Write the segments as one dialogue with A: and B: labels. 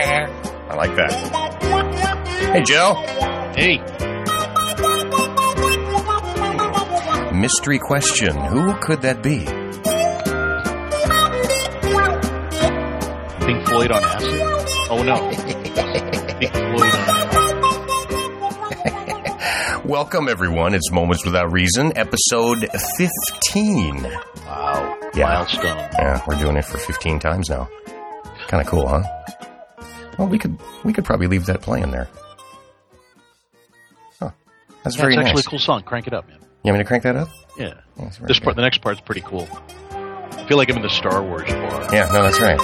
A: I like that. Hey, Joe.
B: Hey,
A: Mystery question Who could that be?
B: Pink Floyd on acid? Oh no. Pink Floyd on acid.
A: Welcome, everyone. It's Moments Without Reason, episode 15.
B: Wow.
A: Yeah.
B: Milestone.
A: Yeah, we're doing it for 15 times now. Kind of cool, huh? Well, we could we could probably leave that playing there. Huh. That's
B: Yeah,
A: very
B: it's actually
A: nice.
B: a cool song. Crank it up, man.
A: You want me to crank that up?
B: Yeah.
A: Yeah, it's very
B: This
A: good.
B: part, the next part's pretty cool. I feel like I'm in the Star Wars bar.
A: Yeah, no, that's right.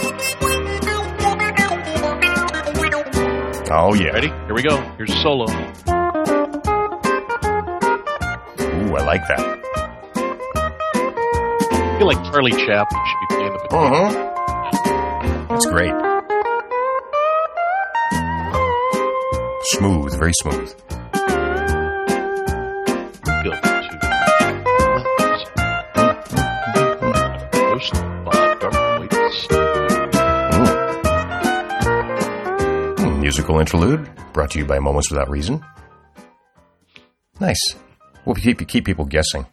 A: Oh, yeah.
B: Ready? Here we go. Here's a solo.
A: Ooh, I like that.
B: I feel like Charlie Chaplin should be playing the.
A: Mm-hmm. That's great. Smooth, very smooth.
B: Bill to Roast Bob Darkweight.
A: Hmm, Musical interlude brought to you by Moments Without Reason. Nice. We'll keep, keep people guessing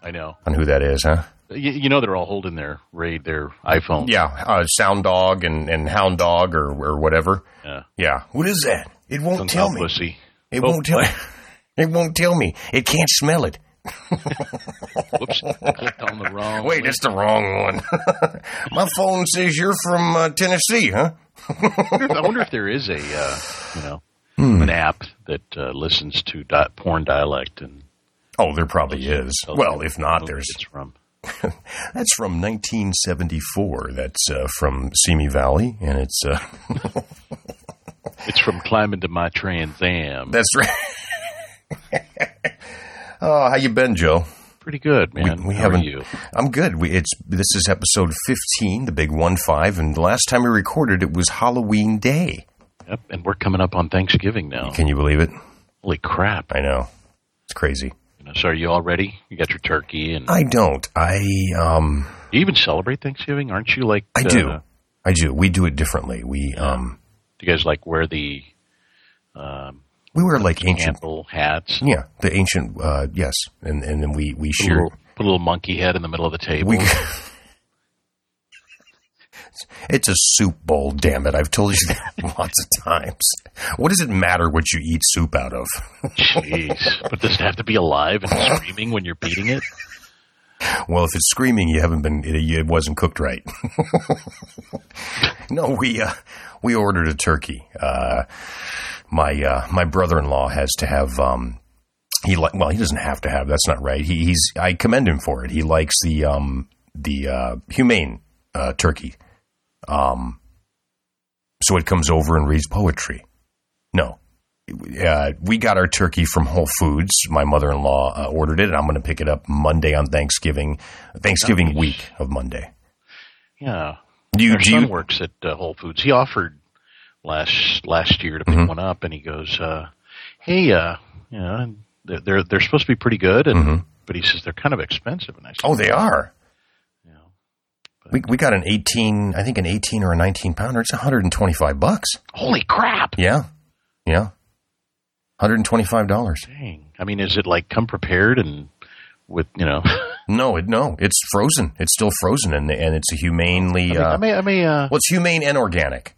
B: I know.
A: on who that is, huh?
B: You, you know they're all holding their raid, their iPhone.
A: Yeah, uh, Sound Dog and, and Hound Dog or, or whatever.
B: Yeah.
A: Yeah. What is that? It won't
B: Somehow
A: tell me.
B: Pussy.
A: It
B: Oh,
A: won't tell me. It won't tell me. It can't smell it.
B: Whoops. Clicked on the wrong.
A: Wait, that's the wrong one. My phone says you're from uh, Tennessee, huh?
B: I wonder if there is a uh, you know
A: Hmm.
B: an app that uh, listens to di- porn dialect and
A: Oh, there probably is.
B: tells
A: Well,
B: you
A: if not,
B: where
A: Ah, there's
B: it's from.
A: That's from 1974. That's uh, from Simi Valley, and it's uh,
B: It's from climbing to my Trans Am.
A: that's right. oh, how you been, Joe?
B: Pretty good, man.
A: we
B: How
A: haven't-
B: Are you?
A: I'm good. We, it's this is episode 15, the big one five, and the last time we recorded it was Halloween Day.
B: Yep, and we're coming up on Thanksgiving now.
A: Can you believe it?
B: Holy crap!
A: I know it's crazy.
B: You know, so are you all ready? You got your turkey, and
A: I don't. I um.
B: you even celebrate Thanksgiving, aren't you? Like
A: I
B: uh,
A: do. I do. We do it differently. We um.
B: Do you guys like wear the um,
A: We wear like ancient.
B: candle hats?
A: Yeah, the ancient. Uh, yes, and and then we we
B: Put a,
A: share.
B: little, put a little monkey head in the middle of the table.
A: We. It's a soup bowl, damn it. I've told you that lots of times. What does it matter what you eat soup out of?
B: Jeez, but does it have to be alive and screaming when you're beating it?
A: Well, if it's screaming, you haven't been, it, it wasn't cooked right. no, we, uh, we ordered a turkey. Uh, my, uh, my brother in law has to have, um, he like well he doesn't have to have that's not right he, he's I commend him for it he likes the um the uh, humane uh, turkey um so it comes over and reads poetry no uh, we got our turkey from Whole Foods my mother in law uh, ordered it and I'm going to pick it up Monday on Thanksgiving Thanksgiving
B: Nice.
A: week of Monday
B: Yeah.
A: do you
B: Our
A: do
B: son
A: you,
B: works at uh, Whole Foods. He offered last last year to pick
A: Mhm.
B: one up, and he goes, uh, "Hey, uh, you know, they're- they're they're supposed to be pretty good, and
A: Mhm.
B: but he says they're kind of expensive." And I said,
A: oh they are
B: you know,
A: we we got an 18 I think an 18 or a 19 pounder it's 125 bucks
B: "Holy crap!
A: yeah yeah 125 dollars
B: Dang! I mean, is it like come prepared and with you know?"
A: No, it no, it's frozen. It's still frozen, and and it's a humanely.
B: I mean, I
A: uh,
B: may, I may, uh,
A: well, it's humane and organic,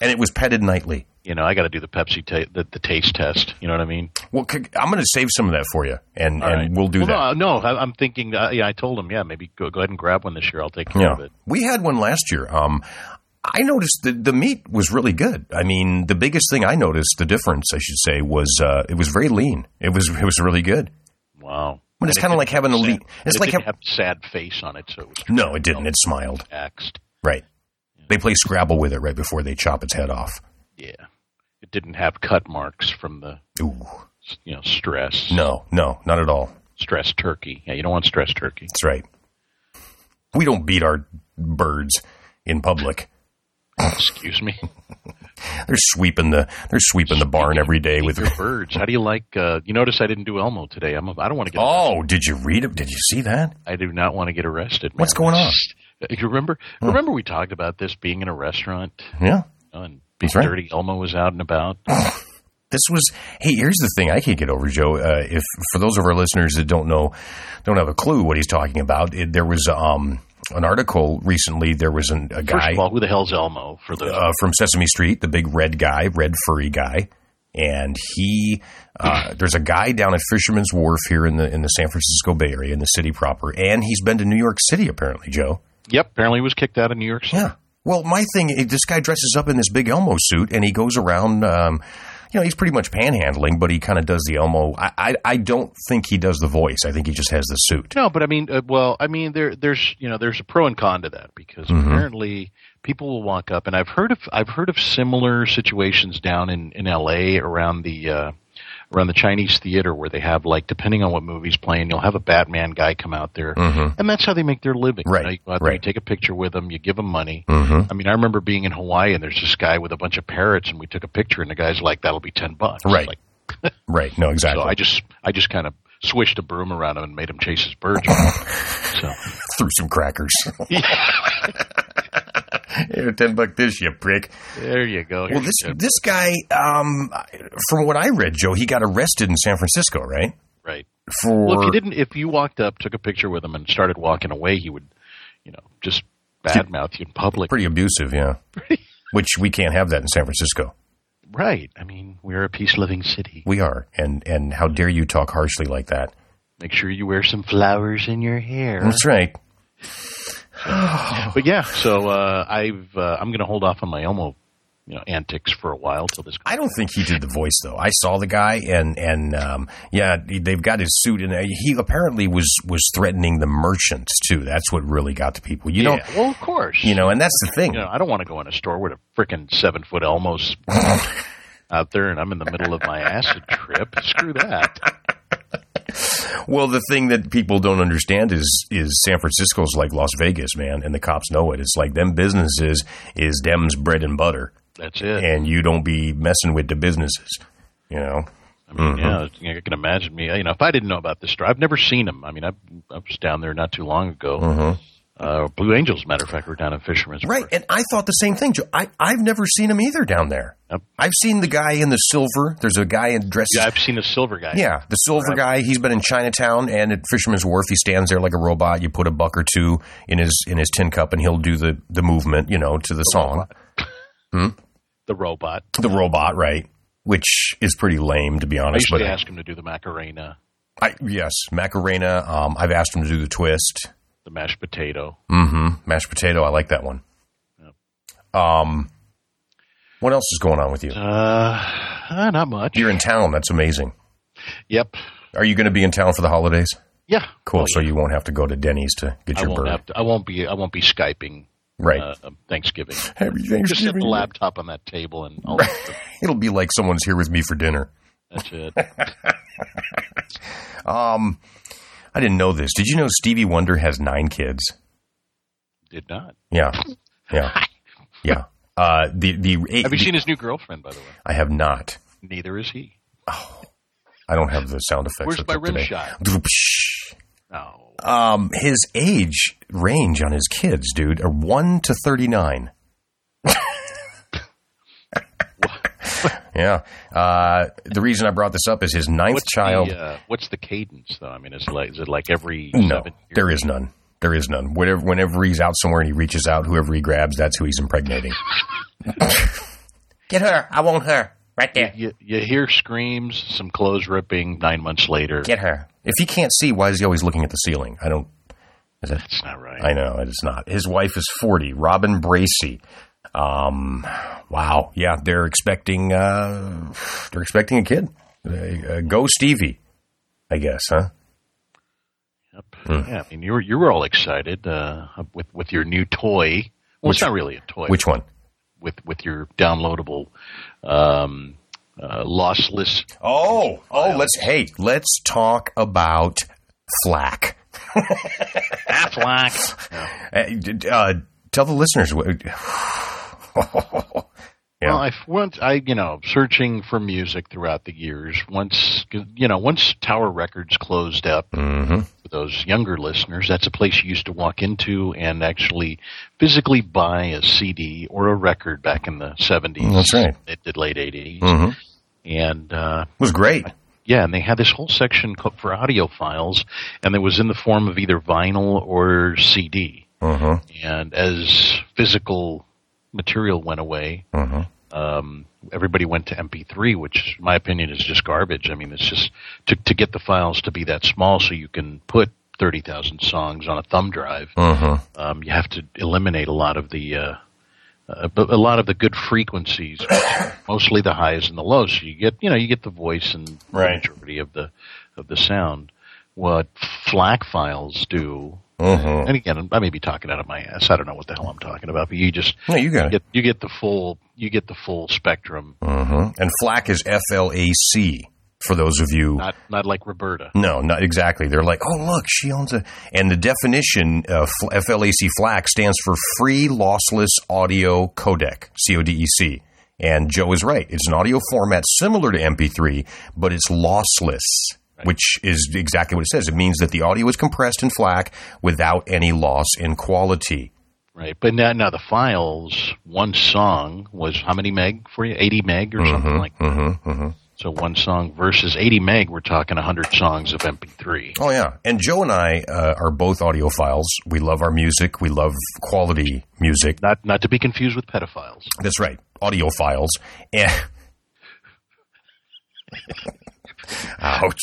A: and it was petted nightly.
B: you know, I got to do the Pepsi ta- the, the taste test. You know what I mean?
A: Well, c- I'm going to save some of that for you, and
B: All
A: and
B: right.
A: we'll do
B: Well,
A: that.
B: No, no, I, I'm thinking. Uh, yeah, I told him. Yeah, maybe go go ahead and grab one this year. I'll take care
A: Yeah,
B: of it.
A: we had one last year. Um, I noticed the the meat was really good. I mean, the biggest thing I noticed, the difference, I should say, was uh, it was very lean. It was it was really good.
B: Wow.
A: But it's
B: And
A: kind
B: it
A: of like having
B: didn't
A: a
B: have
A: lean.
B: sad-
A: It's
B: it
A: like
B: didn't
A: ha-
B: have a sad face on it, so it was
A: no, it didn't. It smiled.
B: taxed.
A: Right. They play Scrabble with it right before they chop its head off.
B: Yeah, it didn't have cut marks from the
A: Ooh.
B: you know stress
A: No, no, not at all.
B: stress turkey. Yeah, you don't want stress turkey.
A: That's right. We don't beat our birds in public.
B: Excuse me.
A: They're sweeping the they're sweeping the barn every day with.
B: Your birds. How do you like? Uh, you notice I didn't do Elmo today. I'm. A, I don't want to get.
A: Oh, did you read it? Did you see that?
B: I do not want to get arrested. Man. uh,
A: What's going on?
B: You remember? Remember we talked about this being in a restaurant
A: Yeah.
B: you know, and Big
A: That's right.
B: Dirty Elmo was out and about.
A: this was hey here's the thing i can't get over joe uh, if for those of our listeners that don't know don't have a clue what he's talking about it, there was um, an article recently there was an, a
B: First
A: guy
B: of all, who the hell's Elmo? For the
A: uh, from sesame street the big red guy red furry guy and he uh, there's a guy down at fisherman's wharf here in the in the san francisco bay area in the city proper and he's been to new york city apparently joe
B: yep, apparently he was kicked out of New York City.
A: yeah. Well, my thing, is this guy dresses up in this big Elmo suit and he goes around. Um, you know, he's pretty much panhandling, but he kind of does the Elmo. I, I, I don't think he does the voice. I think he just has the suit.
B: No, but I mean, uh, well, I mean, there, there's, you know, there's a pro and con to that because
A: Mm-hmm.
B: apparently people will walk up, and I've heard of, I've heard of similar situations down in in L.A. around the, uh, around the Chinese theater where they have like, depending on what movie's playing, you'll have a Batman guy come out there, and that's how they make their living. You,
A: Mm-hmm. Right,
B: know, you go out there,
A: right.
B: you take a picture with them, you give them money.
A: Mm-hmm.
B: I mean, I remember being in Hawaii, and there's this guy with a bunch of parrots, and we took a picture, and the guy's like, "That'll be ten bucks."
A: Right.
B: Like,
A: Right. No,
B: so
A: exactly.
B: I just, I just kind of swished a broom around him and made him chase his birds. so.
A: Threw some crackers. Here, 10 buck this, you prick.
B: There you go.
A: Well, this, this guy, um, from what I read, Joe, he got arrested in San Francisco, right?
B: right.
A: For.
B: Well, if you didn't, if you walked up, took a picture with him, and started walking away, he would, you know, just badmouth you in public.
A: Pretty abusive, yeah. Which we can't have that in San Francisco.
B: Right. I mean, we're a peace loving city.
A: We are. And, and how dare you talk harshly like that?
B: Make sure you wear some flowers in your hair.
A: That's right.
B: but yeah, so uh, I've uh, I'm going to hold off on my Elmo, you know, antics for a while till this.
A: I don't think he did the voice though. I saw the guy, and and um, yeah, they've got his suit, and uh, he apparently was was threatening the merchant too. That's what really got to people. You know,
B: Yeah, well, of course.
A: you know, and that's the thing.
B: you know, I don't want to go in a store with a freaking seven foot Elmo's out there, and I'm in the middle of my acid trip. Screw that.
A: Well, the thing that people don't understand is is San Francisco's like Las Vegas, man, and the cops know it. It's like them businesses is them's bread and butter,
B: That's it.
A: and you don't be messing with the businesses. You know,
B: I
A: Mm-hmm.
B: mean, yeah, you can imagine me. You know, if I didn't know about this store, I've never seen him. I mean, I, I was down there not too long ago. Uh, Blue Angels, matter of fact, were down at Fisherman's.
A: Mm-hmm. Right,
B: Wharf.
A: and I thought the same thing. Joe. I I've never seen him either down there.
B: Yep.
A: I've seen the guy in the silver. There's a guy in dress.
B: Yeah, I've seen a silver guy.
A: Yeah, the silver guy. He's been in Chinatown and at Fisherman's Wharf. He stands there like a robot. You put a buck or two in his in his tin cup, and he'll do the the movement, you know, to the song.
B: the robot.
A: The robot, right? Which is pretty lame, to be
B: I
A: honest.
B: used
A: But
B: to ask him to do the Macarena,
A: I, yes, Macarena. Um, I've asked him to do the twist.
B: the mashed potato.
A: Mm-hmm. Mashed potato. I like that one. Um, what else is going on with you?
B: Uh, uh, not much.
A: You're in town. That's amazing.
B: yep.
A: Are you going to be in town for the holidays?
B: Yeah.
A: Cool.
B: Oh,
A: so you won't have to go to Denny's to get
B: I
A: your
B: won't
A: bird.
B: have to, I won't be. I won't be skyping.
A: right.
B: Uh, Thanksgiving.
A: Happy
B: Just set
A: Thanksgiving.
B: the laptop on that table and all that stuff.
A: It'll be like someone's here with me for dinner.
B: that's it.
A: Um, I didn't know this. Did you know Stevie Wonder has nine kids?
B: Did not.
A: Yeah, yeah, yeah. Uh, the the,
B: Have you
A: the-
B: seen his new girlfriend? By the way,
A: I have not.
B: neither is he.
A: I don't have the sound effects.
B: Where's
A: hooked
B: my
A: up
B: rim
A: today.
B: shot? Oh,
A: Um, his age range on his kids, dude, are one to thirty nine. yeah. Uh, the reason I brought this up is his ninth child.
B: The, uh, what's the cadence though? I mean, is it like is it like every
A: No,
B: seven years?
A: there is none. There is none. Whenever, whenever he's out somewhere and he reaches out, whoever he grabs, that's who he's impregnating. Get her. I want her. Right there.
B: You, you hear screams, some clothes ripping. Nine months later,
A: Get her. If he can't see, why is he always looking at the ceiling? I don't.
B: that's not right.
A: I know it is not. His wife is forty. Robin Bracey. Um, wow. Yeah, they're expecting. Uh, they're expecting a kid. Uh, uh, go Stevie. I guess, huh?
B: Yep.
A: Mm.
B: Yeah, I mean, you were you were all excited uh, with with your new toy. Well,
A: Which-
B: it's not really a toy.
A: Which one?
B: with with your downloadable, um, uh, lossless.
A: Oh, oh, let's hey, let's talk about Flack.
B: Affleck.
A: Uh, d- d- uh, tell the listeners. wh-
B: Well, I once I you know searching for music throughout the years. Once you know, once Tower Records closed up,
A: hmm
B: for those younger listeners, that's a place you used to walk into and actually physically buy a CD or a record back in the seventies.
A: That's right.
B: It did late 80s
A: hmm
B: and uh,
A: It was great.
B: yeah, and they had this whole section co- for audio files, and it was in the form of either vinyl or CD.
A: hmm
B: And as physical material went away,
A: hmm
B: um, everybody went to MP3, which, in my opinion, is just garbage. I mean, it's just to, to get the files to be that small so you can put 30,000 songs on a thumb drive,
A: hmm
B: um, you have to eliminate a lot of the. Uh, uh, but a lot of the good frequencies, mostly the highs and the lows. So you get, you know, you get the voice and
A: Right.
B: the majority of the of the sound. What FLAC files do,
A: hmm
B: and again, I may be talking out of my ass. I don't know what the hell I'm talking about, but you just
A: No, you got it.
B: get you get the full you get the full spectrum.
A: hmm And FLAC is F L A C for those of you.
B: Not not like Roberta.
A: No, not exactly. They're like, oh, look, she owns a. And the definition, uh, F- FLAC FLAC, stands for Free Lossless Audio Codec, C O D E C. And Joe is right. It's an audio format similar to MP3, but it's lossless, which is exactly what it says. It means that the audio is compressed in FLAC without any loss in quality.
B: Right. But now, now the files, one song was how many meg for you? 80 meg or something like that.
A: Mm-hmm, mm-hmm.
B: So one song versus 80 meg, we're talking 100 songs of MP3.
A: Oh yeah, and Joe and I uh, are both audiophiles. We love our music. We love quality music.
B: Not not to be confused with pedophiles.
A: That's right, audiophiles. And ouch.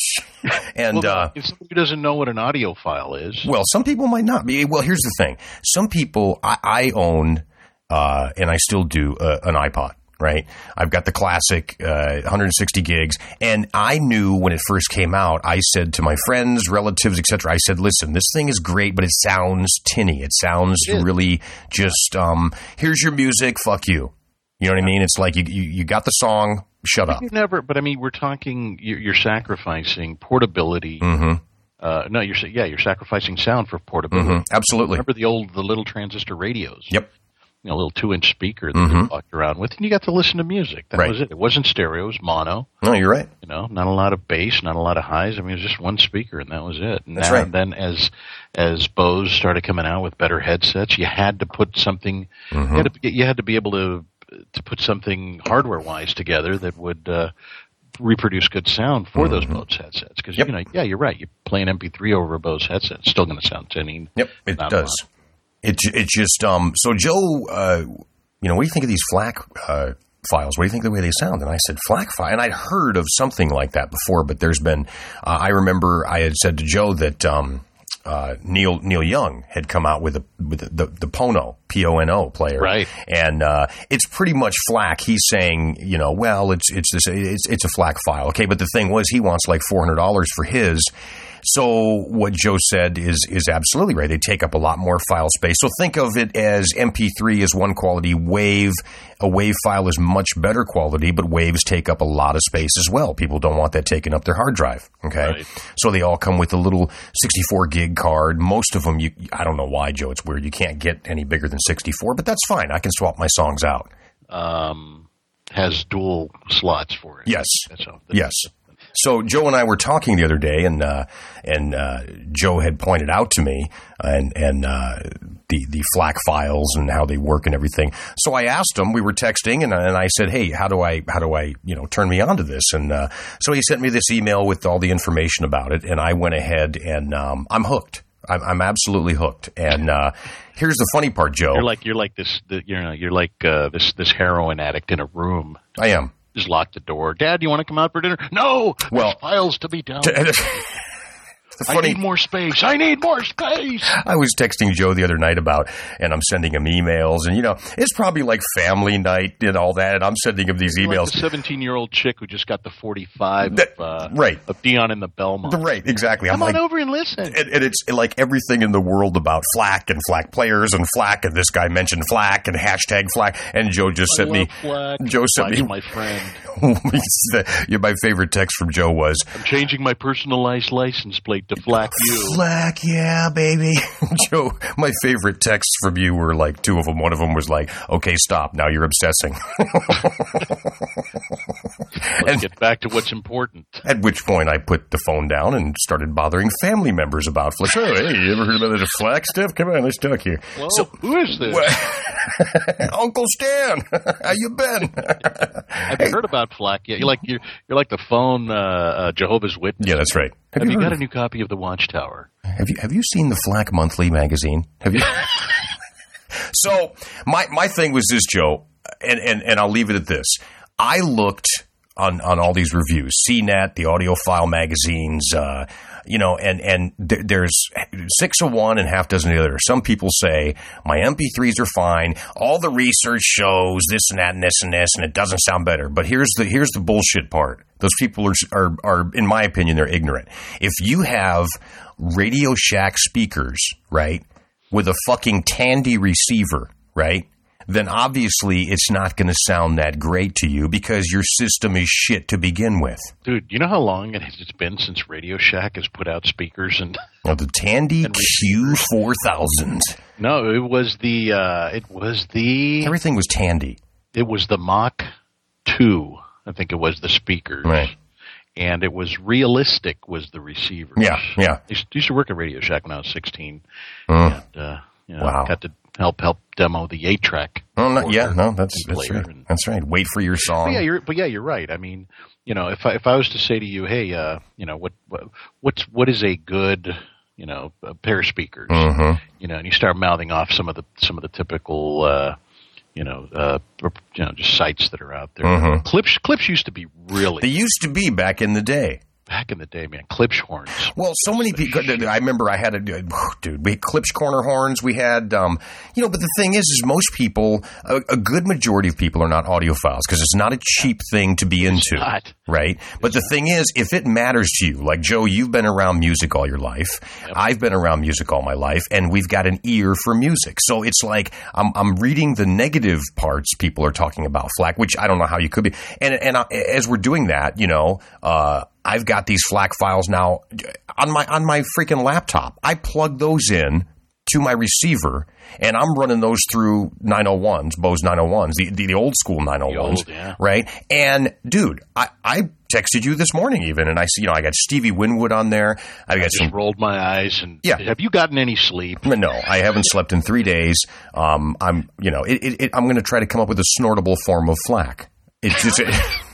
A: And
B: Well,
A: uh,
B: if somebody doesn't know what an audio file is,
A: well, some people might not be. Well, here's the thing: some people I, I own, uh, and I still do uh, an iPod. Right, I've got the classic uh, 160 gigs, and I knew when it first came out. I said to my friends, relatives, etc. I said, "Listen, this thing is great, but it sounds tinny. It sounds
B: is.
A: really just um, here's your music, fuck you." You know what I mean? It's like you you, you got the song, shut up.
B: you never. But I mean, we're talking. You're, you're sacrificing portability.
A: hmm
B: Uh, no, you're sa- yeah, you're sacrificing sound for portability.
A: hmm Absolutely.
B: Remember the old the little transistor radios?
A: Yep.
B: You know, little two inch speaker that you walked around with, and you got to listen to music. That
A: Mm-hmm. Right.
B: was it. It wasn't stereo. It was mono.
A: No, you're right.
B: You know, not a lot of bass, not a lot of highs. I mean, it was just one speaker, and that was it. And
A: That's
B: now-
A: right.
B: Then, as as Bose started coming out with better headsets, you had to put something.
A: Mm-hmm.
B: You, had to, you had to be able to to put something hardware wise together that would uh, reproduce good sound for those Bose headsets. Because
A: Mm-hmm. Yep.
B: you know, yeah, you're right. You play an MP3 over a Bose headset, it's still going to sound tinny.
A: Yep, it
B: Not a
A: does. It ju- it just um. So Joe, uh, you know, what do you think of these FLAC uh, files? What do you think of the way they sound? And I said FLAC file, and I'd heard of something like that before, but there's been. Uh, I remember I had said to Joe that um, uh, Neil Neil Young had come out with a with the the, the Pono P O N O player,
B: Right.
A: and uh, it's pretty much flack. He's saying, you know, well, it's it's this it's it's a flack file, okay. But the thing was, he wants like four hundred dollars for his. So what Joe said is is absolutely right. They take up a lot more file space. So think of it as MP3 is one quality, Wave a Wave file is much better quality, but Waves take up a lot of space as well. People don't want that taking up their hard drive. Okay,
B: Right.
A: so they all come with a little 64 gig card. Most of them, you I don't know why, Joe. It's weird. You can't get any bigger than 64, but that's fine. I can swap my songs out.
B: Um, has dual slots for it.
A: Yes.
B: That's all.
A: Yes. So Joe and I were talking the other day, and uh, and uh, Joe had pointed out to me and and uh, the the FLAC files and how they work and everything. So I asked him. We were texting, and, and I said, "Hey, how do I how do I you know turn me on to this?" And uh, so he sent me this email with all the information about it, and I went ahead and um, I'm hooked. I'm, I'm absolutely hooked. And uh, here's the funny part, Joe.
B: You're like you're like this. The, you know, you're like uh, this this heroin addict in a room.
A: I am.
B: Just lock the door. Dad, you want to come out for dinner? No.
A: Well-
B: There's files to be done.
A: the
B: I need more space. I need more space.
A: I was texting Joe the other night about, and I'm sending him emails, and you know, it's probably like family night and all that, and I'm sending him these
B: Like
A: emails.
B: the seventeen-year-old chick who just got the forty-five
A: That-
B: of, uh,
A: right.
B: of Dion and the Belmont.
A: Right, exactly. I'm
B: come
A: like,
B: on over and listen.
A: and, and it's like everything in the world about flack and flack players and flack, and this guy mentioned flack and hashtag flack, and Joe just
B: I
A: sent me.
B: love Flack.
A: Joe sent
B: Flack's
A: me-
B: my friend.
A: my favorite text from Joe was,
B: I'm changing my personalized license plate to flack you.
A: Flack, yeah, baby. Joe, my favorite texts from you were like two of them. One of them was like, okay, stop. Now you're obsessing.
B: Let's
A: and
B: get back to what's important.
A: at which point I put the phone down and started bothering family members about Flack. Oh, hey, you ever heard about the Flack stuff? Come on, let's talk here.
B: Well,
A: So-
B: who is this?
A: Uncle Stan, how you been?
B: Have you heard about Flack yet? You're like you're, you're like the phone uh, uh, Jehovah's Witness.
A: yeah, that's right. Have,
B: Have you
A: heard
B: got
A: of-
B: a new copy of The Watchtower?
A: Have you have you seen the Flack Monthly magazine? Have you? so my my thing was this, Joe, and and and I'll leave it at this. I looked on on all these reviews, CNET, the Audiophile magazines, uh, you know, and and th- there's six of one and half dozen of the other. Some people say my MP3s are fine. All the research shows this and that and this and this, and it doesn't sound better. But here's the here's the bullshit part. Those people are, are, are, in my opinion, they're ignorant. If you have Radio Shack speakers, right, with a fucking Tandy receiver, right, then obviously it's not going to sound that great to you because your system is shit to begin with.
B: Dude, you know how long it has it's been since Radio Shack has put out speakers and
A: Now, the Tandy Q4000.
B: No, it was the uh, it was the
A: Everything was Tandy.
B: it was the Mach two, I think it was the speakers.
A: Right.
B: And it was realistic was the receivers.
A: Yeah, yeah.
B: I used, used to work at Radio Shack when I was sixteen.
A: Mm.
B: And, uh, you know,
A: Wow.
B: got to help help demo the eight track.
A: Oh, no, yeah, no, that's, that's
B: Later
A: right.
B: and-
A: That's right. Wait for your
B: But yeah,
A: song.
B: you're but yeah, you're right. I mean, you know, if I, if I was to say to you, hey, uh, you know, what, what what's what is a good you know a pair of speakers,
A: Mhm.
B: you know, and you start mouthing off some of the some of the typical. Uh, you know, uh, you know, just sites that are out there.
A: Mhm.
B: Clips, clips used to be really
A: They used to be back in the day.
B: back in the day, man. Clips horns.
A: Well, so many people. I remember I had a dude. We had clips corner horns. We had, um, you know. But the thing is, is most people, a, a good majority of people, are not audiophiles because it's not a cheap thing to be into,
B: not.
A: right? But the thing is, if it matters to you, like Joe, you've been around music all your life. I've been around music all my life, and we've got an ear for music. So it's like I'm, I'm reading the negative parts people are talking about flack, which I don't know how you could be. And and I, as we're doing that, you know. Uh, I've got these FLAC files now on my on my freaking laptop. I plug those in to my receiver, and I'm running those through 901s, Bose 901s, the the, the old school 901s,
B: old, yeah.
A: right? And dude, I I texted you this morning even, and I see you know I got Stevie Winwood on there. I got some
B: Just rolled my eyes and.
A: Yeah.
B: Have you gotten any sleep?
A: no, I haven't slept in three days. Um, I'm, you know, it, it, it, I'm going to try to come up with a snortable form of flack. It's just,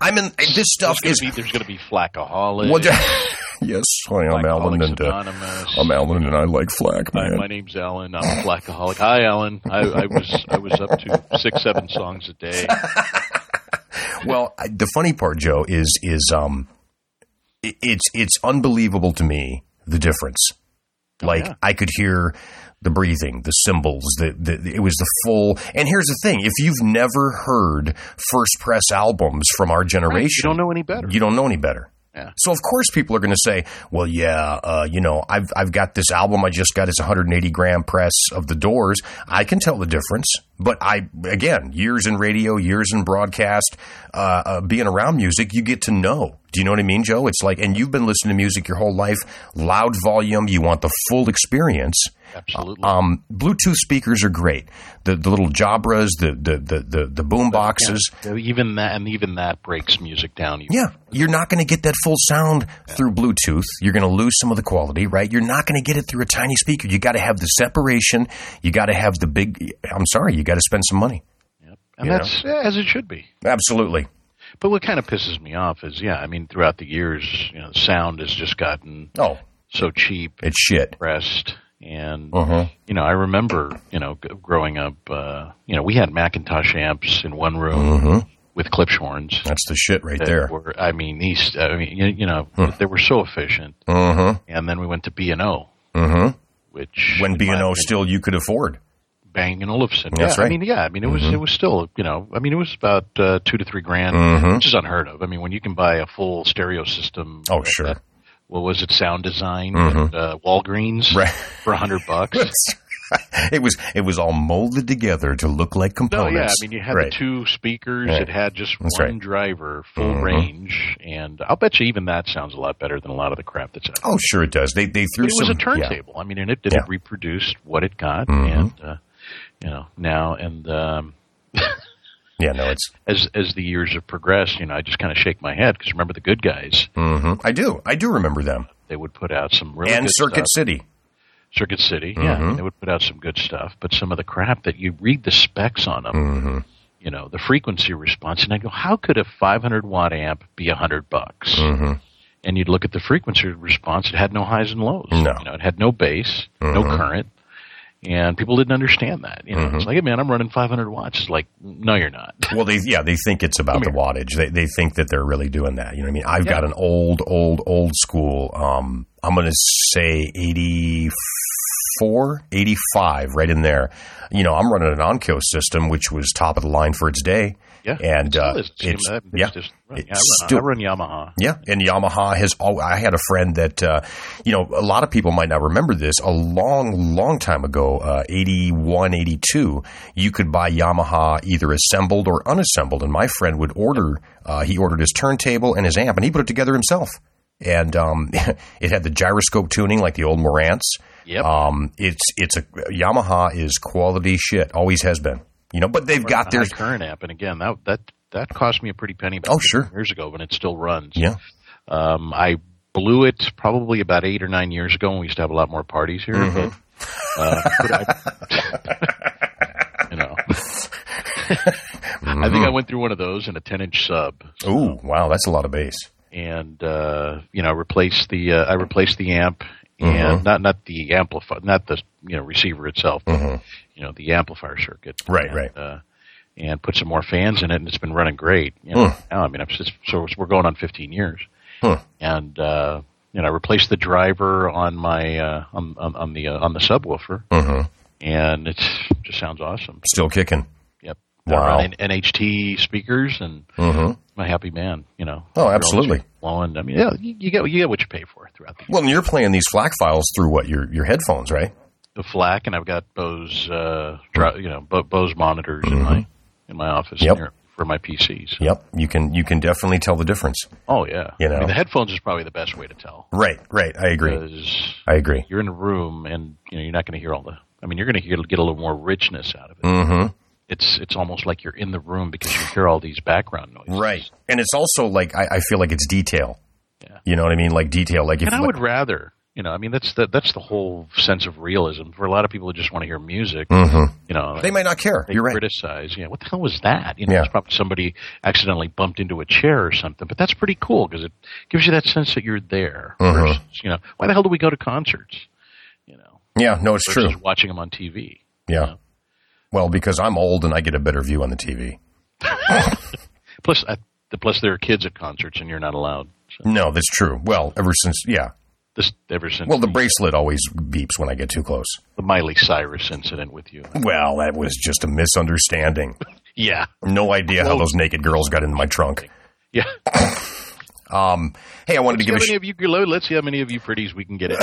A: I'm in. This stuff
B: There's
A: is.
B: gonna be, there's going to be flackaholics.
A: Well, yes, I am Alan,
B: Alcoholics
A: and uh,
B: Anonymous.
A: I'm Alan, and I like flack,
B: Hi,
A: man.
B: my name's Alan. I'm a blackaholic. Hi, Alan. I, I was I was up to six, seven songs a day.
A: Well, I, the funny part, Joe, is is um, i it's it's unbelievable to me the difference. Like
B: Oh, yeah.
A: I could hear the breathing, the symbols. The, the it was the full. And here's the thing: if you've never heard first press albums from our
B: You
A: generation,
B: don't know any better.
A: you don't know any better.
B: Yeah.
A: So of course people are going to say, "Well, yeah, uh, you know, I've I've got this album I just got. It's 180 gram press of The Doors. I can tell the difference." But I, again, years in radio, years in broadcast, uh, uh, being around music, you get to know. Do you know what I mean, Joe? It's like, and you've been listening to music your whole life, loud volume. You want the full experience.
B: Absolutely.
A: Um, Bluetooth speakers are great. The the little Jabras, the the the the, the boom boxes.
B: So even that and even that breaks music down. even-
A: Yeah, you're not going to get that full sound through Bluetooth. You're going to lose some of the quality, right? You're not going to get it through a tiny speaker. You got to have the separation. You got to have the big. I'm sorry, you got to spend some money.
B: Yep. And
A: You know?
B: that's yeah, as it should be.
A: Absolutely.
B: But what kind of pisses me off is yeah, I mean throughout the years, you know, sound has just gotten
A: Oh,
B: so cheap,
A: it's shit.
B: pressed, and
A: Uh-huh.
B: you know I remember you know g- growing up, uh, you know we had Macintosh amps in one room with clips horns.
A: That's the shit right
B: that
A: there.
B: Were, I mean, these. I mean, you, you know, they were so efficient.
A: Uh-huh.
B: And then we went to B and O,
A: Uh-huh.
B: which
A: When
B: in
A: B
B: my
A: and O
B: opinion,
A: still you could afford.
B: Bang and Olufsen.
A: That's
B: yeah,
A: right. Mm-hmm.
B: I mean, yeah. I mean, it was it was still you know. I mean, it was about uh, two to three grand,
A: Mm-hmm.
B: which is unheard of. I mean, when you can buy a full stereo system.
A: Oh,
B: at-
A: sure. Mm-hmm.
B: at- what was it? Sound Design at uh, Walgreens
A: Right.
B: for a hundred bucks.
A: it was it was all molded together to look like
B: No,
A: components.
B: Oh, yeah, I mean you had
A: Oh, Right.
B: the two speakers.
A: Yeah.
B: It had just
A: That's
B: one
A: right.
B: driver, full
A: Mhm.
B: range, and I'll bet you even that sounds a lot better than a lot of the crap that's out. there.
A: Oh, sure it does. They they threw
B: it
A: some
B: was a
A: yeah.
B: turntable. I mean, and it did
A: Yeah.
B: it reproduced what it got,
A: Mhm.
B: and uh, you know now and um,
A: Yeah, no, it's.
B: as as the years have progressed, you know, I just kind of shake my head because remember the good guys.
A: hmm I do. I do remember them.
B: They would put out some really
A: and
B: good
A: Circuit
B: stuff.
A: City.
B: Circuit City, yeah,
A: Mhm.
B: they would put out some good stuff, but some of the crap that you read the specs on them,
A: hmm
B: you know, the frequency response, and I go, how could a 500 watt amp be a hundred bucks?
A: hmm
B: and you'd look at the frequency response, it had no highs and lows.
A: No.
B: You know, it had no bass, no
A: Mhm.
B: current, and people didn't understand that. You know,
A: Mm-hmm.
B: it's like, hey, man, I'm running 500 watts. It's like, no, you're not.
A: Well, they yeah, they think it's about the
B: Come
A: wattage. They they think that they're really doing that. You know, what I mean, I've
B: Yeah.
A: got an old, old, old school. Um, I'm going to say 84, 85, right in there. You know, I'm running an Onkyo system, which was top of the line for its day,
B: Yeah,
A: and
B: Still
A: uh,
B: is. You
A: it's
B: know, that-
A: yeah,
B: just run.
A: It's
B: yeah, I, run,
A: still-
B: I run Yamaha.
A: Yeah, and Yamaha has. Al- I had a friend that, uh, you know, a lot of people might not remember this. A long, long time ago, uh, 81, 82, you could buy Yamaha either assembled or unassembled. And my friend would order, uh, he ordered his turntable and his amp, and he put it together himself. And um, it had the gyroscope tuning like the old Marantz.
B: Yep.
A: Um, it's it's a Yamaha is quality shit. Always has been. You know, but they've got
B: Run a
A: their
B: high current amp, and again, that that that cost me a pretty penny. About
A: Oh,
B: 15
A: sure.
B: years ago, and it still runs.
A: yeah.
B: Um, I blew it probably about eight or nine years ago when we used to have a lot more parties here.
A: Mm-hmm.
B: But, uh, but I- you know, I
A: Mm-hmm.
B: think I went through one of those in a ten-inch sub,
A: Ooh, wow, that's a lot of bass.
B: and uh, you know, replaced the uh, I replaced the amp.
A: Mm-hmm.
B: And not not the amplifier, not the you know receiver itself, but, you know the amplifier circuit.
A: Mm-hmm. Right,
B: And,
A: right.
B: Uh, and put some more fans in it, and it's been running great. You know,
A: Mm.
B: now, I mean, I'm just, so it's- we're going on 15 years
A: Huh.
B: and uh, you know, I replaced the driver on my uh, on, on, on the uh, on the subwoofer,
A: Mhm.
B: and it just sounds awesome.
A: Still kicking.
B: Yep.
A: Wow.
B: I run in NHT speakers, and
A: Mhm.
B: I'm a happy man. You know.
A: Oh, absolutely.
B: Blowing. I mean, yeah, you, you get you get what you pay for throughout the
A: Well, and you're playing these FLAC files through what your your headphones, right?
B: the FLAC, and I've got Bose, uh, dri- you know, Bo- Bose monitors in my in my office
A: Mm-hmm. Yep.
B: there for my PCs.
A: Yep. You can you can definitely tell the difference.
B: Oh yeah.
A: You
B: I
A: know.
B: mean, the headphones is probably the best way to tell
A: Right. Right. I agree.
B: 'cause
A: I agree.
B: you're in a room and you know you're not going to hear all the. I mean, you're going to hear get a little more richness out of it.
A: Mm-hmm.
B: It's it's almost like you're in the room because you hear all these background noises.
A: Right. And it's also like I, I feel like it's detail.
B: Yeah.
A: You know what I mean? Like detail. Like if
B: And I would rather, you know, I mean that's the that's the whole sense of realism for a lot of people who just want to hear music.
A: Mhm.
B: You know,
A: they might not care.
B: they
A: You're right.
B: criticize. You know, what the hell was that? You know,
A: Yeah.
B: it's probably somebody accidentally bumped into a chair or something. But that's pretty cool because it gives you that sense that you're there.
A: Mm-hmm.
B: versus, you know, why the hell do we go to concerts? You know,
A: Yeah. No, it's true.
B: versus watching them on TV.
A: Yeah. Well, because I'm old and I get a better view on the TV.
B: Plus, I, the, plus there are kids at concerts, and you're not allowed. So
A: No, that's true. Well, ever since yeah.
B: this ever since
A: Well, the
B: the,
A: bracelet always beeps when I get too close.
B: the Miley Cyrus incident with you.
A: Well, that was just a misunderstanding.
B: Yeah,
A: No idea how those naked girls got into my trunk. Um,
B: yeah.
A: Hey, I wanted to
B: See
A: give
B: how
A: a sh-
B: many of you Let's see how many of you pretties we can get in.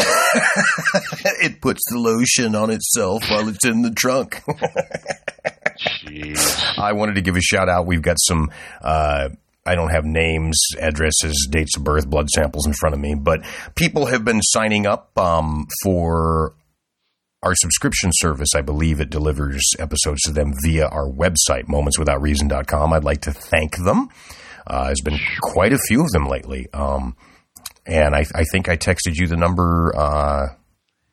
A: it puts the lotion on itself while it's in the trunk.
B: Jeez.
A: I wanted to give a shout out. We've got some. Uh, I don't have names, addresses, dates of birth, blood samples in front of me, but people have been signing up um, for our subscription service. I believe it delivers episodes to them via our website, momentswithoutreason.com. I'd like to thank them. Uh, there's been quite a few of them lately. Um, and I, I think I texted you the number uh,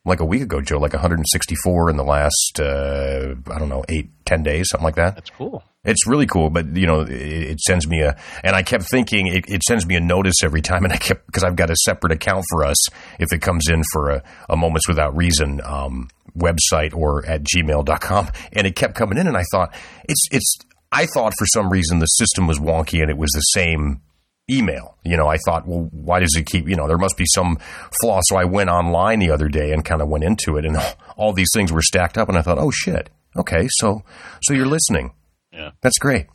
A: like a week ago, Joe, like 164 in the last, uh, I don't know, eight, 10 days, something like that.
B: That's cool.
A: It's really cool, but you know, it, it sends me a, and I kept thinking it, it sends me a notice every time, and I kept because I've got a separate account for us if it comes in for a, a moments without reason um, website or at gmail.com. and it kept coming in, and I thought it's it's I thought for some reason the system was wonky and it was the same email. You know, I thought, well, why does it keep, you know, there must be some flaw. So I went online the other day and kind of went into it and all these things were stacked up and I thought, oh shit. Okay. So, so you're listening.
B: Yeah.
A: That's great.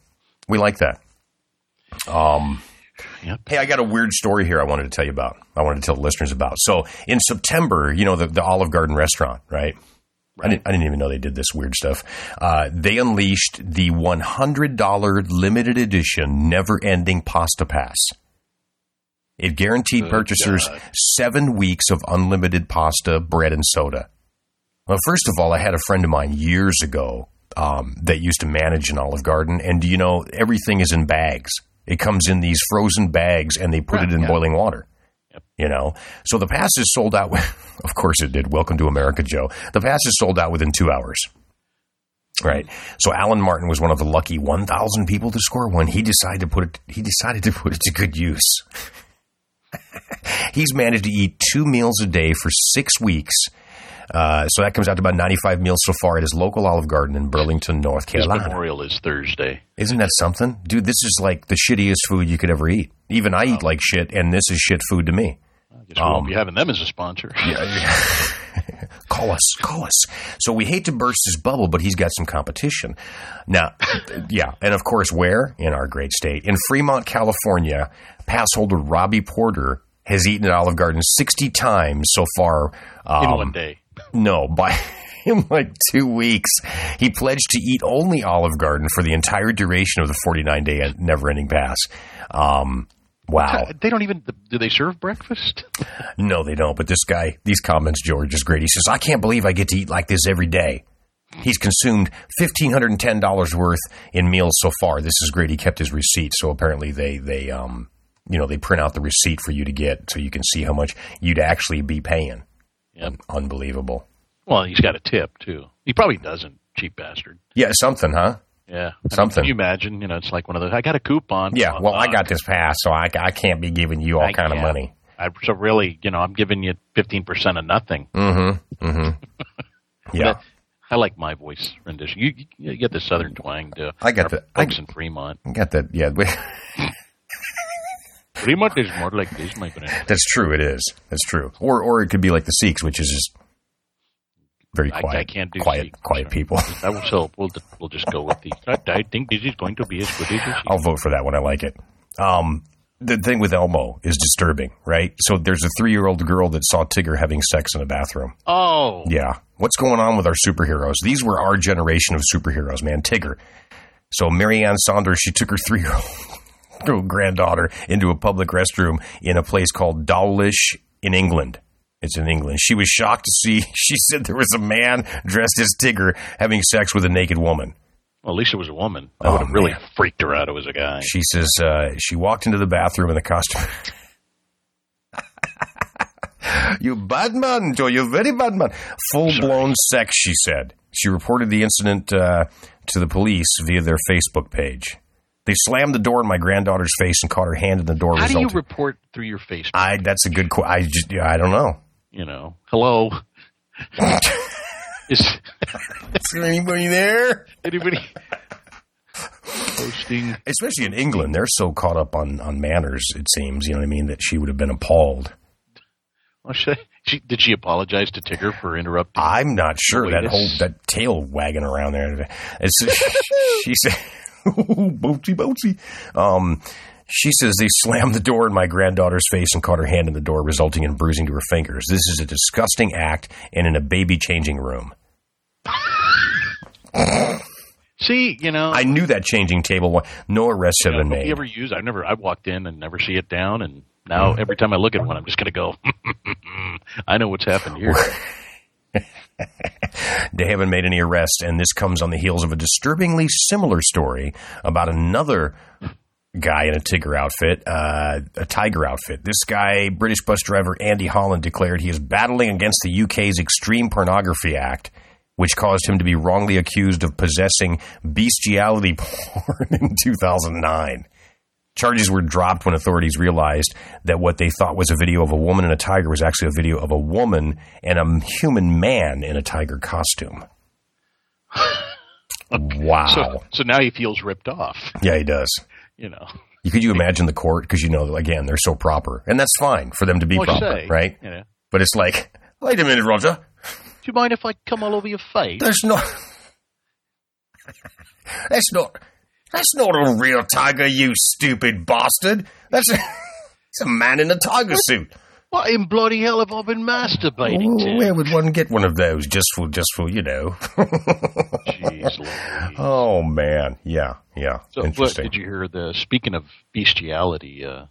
A: We like that. Um,
B: Yep.
A: Hey, I got a weird story here I wanted to tell you about. I wanted to tell the listeners about. So in September, you know, the, the Olive Garden restaurant, right? I didn't, I didn't even know they did this weird stuff. Uh, they unleashed the $100 limited edition never ending pasta pass. It guaranteed
B: Good
A: purchasers
B: God.
A: seven weeks of unlimited pasta, bread, and soda. Well, first of all, I had a friend of mine years ago um, that used to manage an Olive Garden, and you know, everything is in bags. It comes in these frozen bags, and they put
B: Right,
A: it in
B: yeah.
A: boiling water. You know, so the pass is sold out. of course, it did. Welcome to America, Joe. The pass is sold out within two hours. Right. So Alan Martin was one of the lucky 1,000 people to score one. He decided to put it. He decided to put it to good use. He's managed to eat two meals a day for six weeks. Uh, so that comes out to about 95 meals so far at his local Olive Garden in Burlington, North
B: His
A: Carolina.
B: memorial is Thursday.
A: Isn't that something? Dude, this is like the shittiest food you could ever eat. Even I eat like shit, and this is shit food to me.
B: I guess we
A: Um,
B: won't be having them as a sponsor.
A: call us, call us. So we hate to burst his bubble, but he's got some competition. Now, yeah, and of course, where? In our great state. In Fremont, California, pass holder Robbie Porter has eaten at Olive Garden 60 times so far. Um,
B: in one day.
A: no, by in like two weeks. He pledged to eat only Olive Garden for the entire duration of the 49 day never ending pass. Um, wow.
B: They don't even. Do they serve breakfast?
A: No, they don't. But this guy, these comments, George is great. He says, I can't believe I get to eat like this every day. He's consumed $1,510 worth in meals so far. This is great. He kept his receipt. So apparently they, they, um, you know, they print out the receipt for you to get so you can see how much you'd actually be paying.
B: Yep.
A: Unbelievable.
B: Well, he's got a tip too. He probably doesn't. Cheap bastard.
A: Yeah, something, huh?
B: Yeah.
A: Something.
B: I mean, can you imagine? You know, it's like one of those. I got a coupon.
A: Yeah,
B: Oh,
A: well, I
B: fuck.
A: got this pass, so I, I can't be giving you all
B: I
A: kind of
B: can't.
A: money.
B: I, so really, you know, I'm giving you 15% of nothing.
A: Mm-hmm. Mm-hmm. Yeah,
B: That- I like my voice rendition. You, you you get the southern twang to
A: I get
B: our
A: the- I-
B: folks in Fremont.
A: I got that. Yeah,
B: Fremont is more like this, my friend.
A: that's true. It is. That's true. Or or it could be like the Sikhs, which is just very
B: I- I
A: quiet,
B: can't do
A: quiet,
B: Sikh,
A: quiet
B: sorry.
A: people.
B: I will, so we'll, we'll just go with these. I, I think this is going to be as good as this.
A: I'll vote for that one. I like it. Um, the thing with Elmo is disturbing, right? So there's a three year old girl that saw Tigger having sex in a bathroom.
B: Oh,
A: Yeah. What's going on with our superheroes? These were our generation of superheroes, man. Tigger. So Marianne Saunders, she took her three year old granddaughter into a public restroom in a place called Dawlish in England. It's in England. She was shocked to see, she said there was a man dressed as Tigger having sex with a naked woman.
B: well, at least it was a woman. That
A: Oh,
B: would have really
A: man.
B: freaked her out. It was a guy.
A: She says uh, she walked into the bathroom in the costume. you bad man, Joe. You very bad man. Full blown sex. She said she reported the incident uh, to the police via their Facebook page. They slammed the door in my granddaughter's face and caught her hand in the door.
B: How do you
A: resulting-
B: report through your face?
A: I. That's a good. Qu- I. Just, yeah, I don't know.
B: You know, hello. is
A: Is there anybody there?
B: anybody posting?
A: Especially in England, they're so caught up on on manners. It seems you know what I mean that she would have been appalled.
B: Well, should I- she, did she apologize to Tigger for interrupting?
A: I'm not sure
B: Wait,
A: that
B: this-
A: whole that tail wagging around there. It's, she said, "Boatsy, boatsy." Um, she says they slammed the door in my granddaughter's face and caught her hand in the door, resulting in bruising to her fingers. This is a disgusting act, and in a baby changing room.
B: See, you know,
A: I knew that changing table. wa- No arrests have
B: you know,
A: been
B: don't
A: made.
B: you ever use? I've never. I walked in and never see it down, and now every time I look at one, I'm just gonna go. I know what's happened here.
A: They haven't made any arrests, and this comes on the heels of a disturbingly similar story about another guy in a tiger outfit, uh, a tiger outfit. This guy, British bus driver Andy Holland, declared he is battling against the UK's Extreme Pornography Act, which caused him to be wrongly accused of possessing bestiality porn in 2009. Charges were dropped when authorities realized that what they thought was a video of a woman and a tiger was actually a video of a woman and a human man in a tiger costume. Wow.
B: So, so now he feels ripped off.
A: yeah, he does.
B: You know,
A: You- Could you imagine the court? Because you know, again, they're so proper, and that's fine for them to be
B: Well,
A: proper,
B: say,
A: right?
B: You know,
A: But it's like, wait a minute, Roger.
B: do you mind if I come all over your face?
A: That's not. that's not. That's not a real tiger, you stupid bastard. That's a. It's a man in a tiger suit.
B: What in bloody hell have I been masturbating to?
A: Where would one get one of those just for just for you know?
B: Jeez, Louise.
A: oh man, yeah, yeah,
B: So, what
A: interesting.
B: did you hear? The speaking of bestiality, uh,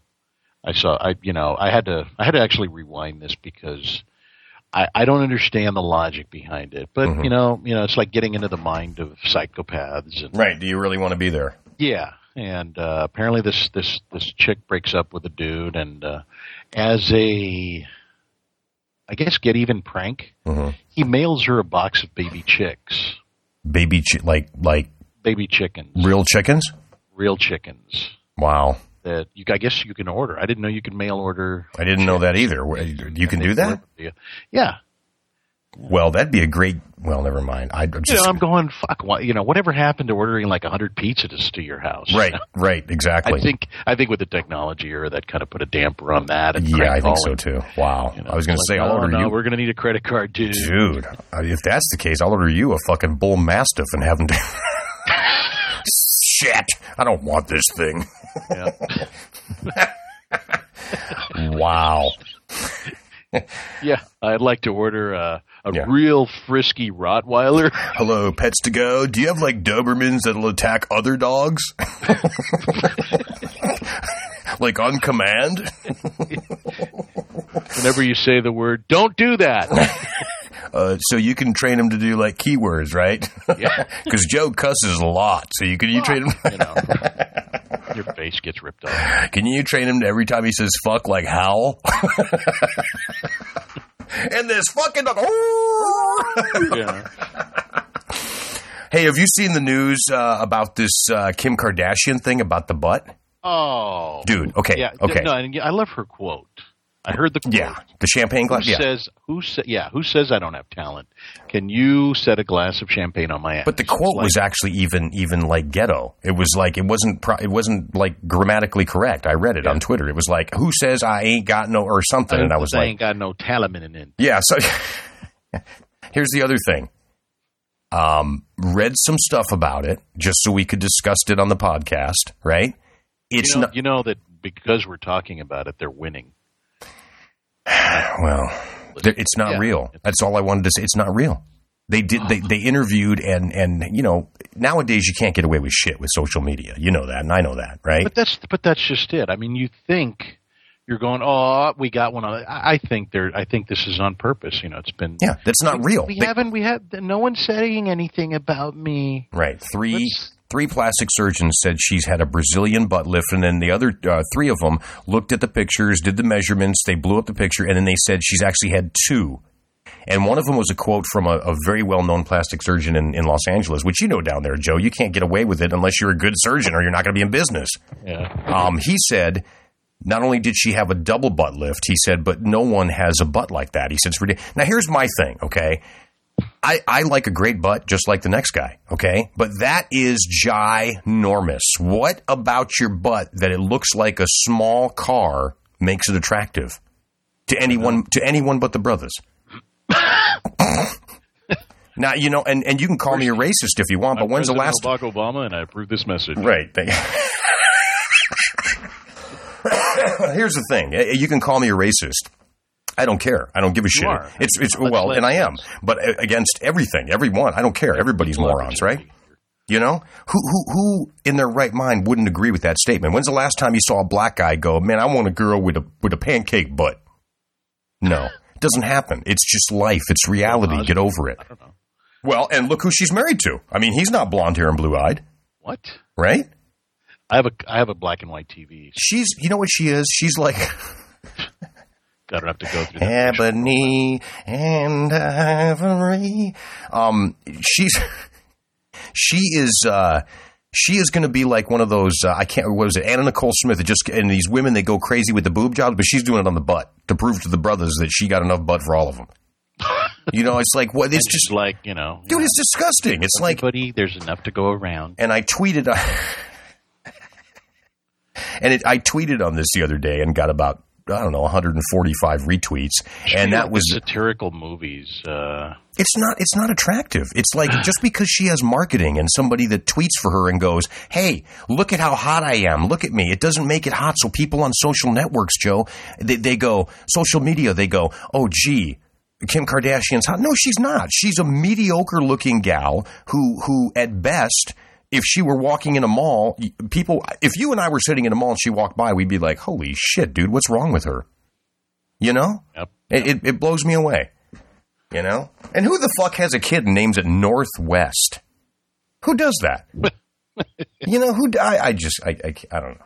B: I saw. I you know I had to I had to actually rewind this because I, I don't understand the logic behind it. But you know you know it's like getting into the mind of psychopaths and
A: right? Do you really want to be there?
B: yeah. And uh, apparently this this this chick breaks up with a dude and uh, as a I guess get even prank
A: Mhm.
B: he mails her a box of baby chicks
A: Baby, chi- like like
B: baby chickens
A: real chickens?
B: real chickens.
A: Wow,
B: that you, I guess you can order. I didn't know you could mail order.
A: I didn't know that either. Wh- You can do that?
B: Yeah,
A: Well, that'd be a great. Well, never mind. I I'm
B: you know,
A: just
B: I'm going fuck. Why, you know, whatever happened to ordering like hundred pizzas to your house?
A: right, right,
B: I
A: exactly.
B: think I think with the technology era, that kind of put a damper on that. And
A: yeah,
B: prank
A: I think so
B: calling.
A: too. Wow,
B: You know,
A: I was going to
B: it's
A: say
B: like,
A: I'll
B: oh,
A: order
B: no,
A: you
B: We're going to need a credit card, dude.
A: Dude, uh, if that's the case, I'll order you a fucking bull mastiff and have him. Do- Shit! I don't want this thing.
B: Yeah.
A: Wow.
B: yeah, I'd like to order uh, a
A: Yeah.
B: real frisky Rottweiler.
A: Hello, pets to go. Do you have like Dobermans that'll attack other dogs? like on command?
B: Whenever you say the word, don't do that.
A: Uh, so you can train them to do like keywords, right?
B: Yeah.
A: Because Joe cusses a lot. So you can you train him?
B: you know, your face gets ripped off.
A: Can you train him to every time he says fuck like howl? and this fucking dog.
B: Yeah.
A: Hey, have you seen the news uh, about this uh, Kim Kardashian thing about the butt?
B: Oh,
A: Dude, okay.
B: Yeah.
A: okay.
B: No, and I love her quote. I heard the quote.
A: Yeah. The champagne
B: Who
A: glass. Yeah.
B: says who? Sa- yeah. Who says I don't have talent? Can you set a glass of champagne on my ass?
A: But the quote was actually even even like ghetto. It was like it wasn't pro- it wasn't like grammatically correct. I read it on Twitter. It was like who says I ain't got no or something and I was
B: I
A: like
B: ain't got no talent in it.
A: Yeah. So here's the other thing. Um, read some stuff about it just so we could discuss it on the podcast, right? It's
B: You know,
A: not
B: you know that because we're talking about it, they're winning.
A: well. there- It's not
B: Yeah. Ah.
A: real. That's all I wanted to say. It's not real. They did. They, they interviewed and and you know nowadays you can't get away with shit with social media. You know that, and I know that, right?
B: But that's but that's just it. I mean, you think you're going, oh, we got one. On. I I think they're. I think this is on purpose. You know, it's been.
A: yeah, that's not real.
B: We
A: They-
B: haven't. We have. No one's saying anything about me.
A: Right. 3
B: Let's-
A: three plastic surgeons said she's had a Brazilian butt lift, and then the other uh, three of them looked at the pictures, did the measurements, they blew up the picture, and then they said she's actually had two. And one of them was a quote from a, a very well known plastic surgeon in, in Los Angeles, which you know down there, Joe. You can't get away with it unless you're a good surgeon or you're not going to be in business.
B: Yeah.
A: Um, he said, not only did she have a double butt lift, he said, but no one has a butt like that. He said, it's ridiculous. Now, here's my thing, okay? I, I like a great butt just like the next guy, okay? But that is ginormous. What about your butt that it looks like a small car makes it attractive to anyone to anyone but the brothers? now, you know, and, and you can call me a racist if you want, but when's the last
B: Barack Obama and I approve this message.
A: Right. Thank- Here's the thing. Eh, You can call me a racist. I don't care. I don't give a shit.
B: are.
A: It's it's
B: Let's
A: well,
B: let-
A: and I am, but uh, against everything, everyone. I don't care. Everybody's morons, right? You know, who who who in their right mind wouldn't agree with that statement? When's the last time you saw a black guy go, "Man, I want a girl with a with a pancake butt"? No, it doesn't happen. It's just life. It's reality. Get over it.
B: don't know.
A: Well, and look who she's married to. I mean, he's not blonde hair and blue eyed,
B: What?
A: right?
B: I have a I have a black and white TV. so
A: She's, you know what she is? She's like
B: I don't have to go through that.
A: ebony and ivory. Um, she's she is uh, she is going to be like one of those uh, I can't what was it Anna Nicole Smith that just and these women they go crazy with the boob jobs, but she's doing it on the butt to prove to the brothers that she got enough butt for all of them. You know, it's like what it's
B: It's just
A: just
B: like you know,
A: dude, it's disgusting. It's like
B: everybody. There's enough to go around.
A: and I tweeted and it, I tweeted on this the other day and got about I don't know 145 retweets, and that
B: like
A: was
B: satirical movies. Uh,
A: it's not it's not attractive. It's like just because she has marketing and somebody that tweets for her and goes, "Hey, look at how hot I am. Look at me." It doesn't make it hot. So people on social networks, Joe, they, they go social media. They go, "Oh, gee." Kim Kardashian's hot. No, she's not. She's a mediocre looking gal who, who at best, if she were walking in a mall, y- people, if you and I were sitting in a mall and she walked by, we'd be like, holy shit, dude, what's wrong with her? You know?
B: yep.
A: It, it, it blows me away. You know? And who the fuck has a kid and names it Northwest? Who does that? you know, who, d- I, I just, I, I, I don't know.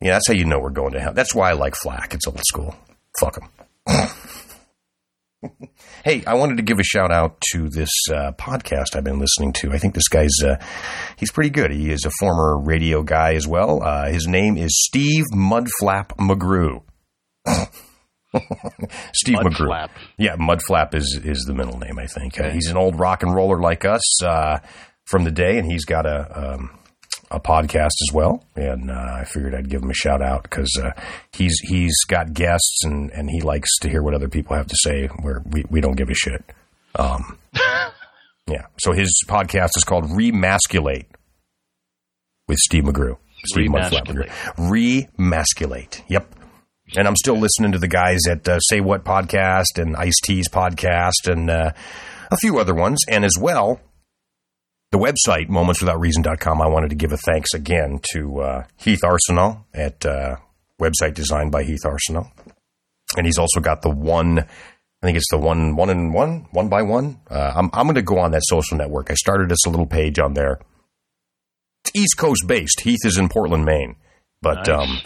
A: Yeah, that's how you know we're going to hell. That's why I like Flack. It's old school. Fuck them. Hey, I wanted to give a shout out to this uh, podcast I've been listening to. I think this guy's uh, he's pretty good. He is a former radio guy as well. Uh, his name is Steve Mudflap McGrew. Steve
B: Mud
A: McGrew.
B: flap.
A: Yeah, Mudflap is is the middle name, I think. Uh, he's an old rock and roller like us uh, from the day, and he's got a um, a podcast as well. And uh, I figured I'd give him a shout out because uh, he's he's got guests, and, and he likes to hear what other people have to say. Where we, we don't give a shit. Um, yeah. So his podcast is called Remasculate with Steve McGrew. Steve Mudflap McGrew. Remasculate. Yep. And I'm still listening to the guys at uh, Say What podcast and Ice T's podcast and uh, a few other ones. And as well, the website, momentswithoutreason.com, I wanted to give a thanks again to uh, Heath Arsenal at uh, website designed by Heath Arsenal. And he's also got the one, I think it's the one, one and one, one by one. Uh, I'm, I'm going to go on that social network. I started this little page on there. It's East Coast based. Heath is in Portland, Maine. But
B: Nice.
A: um,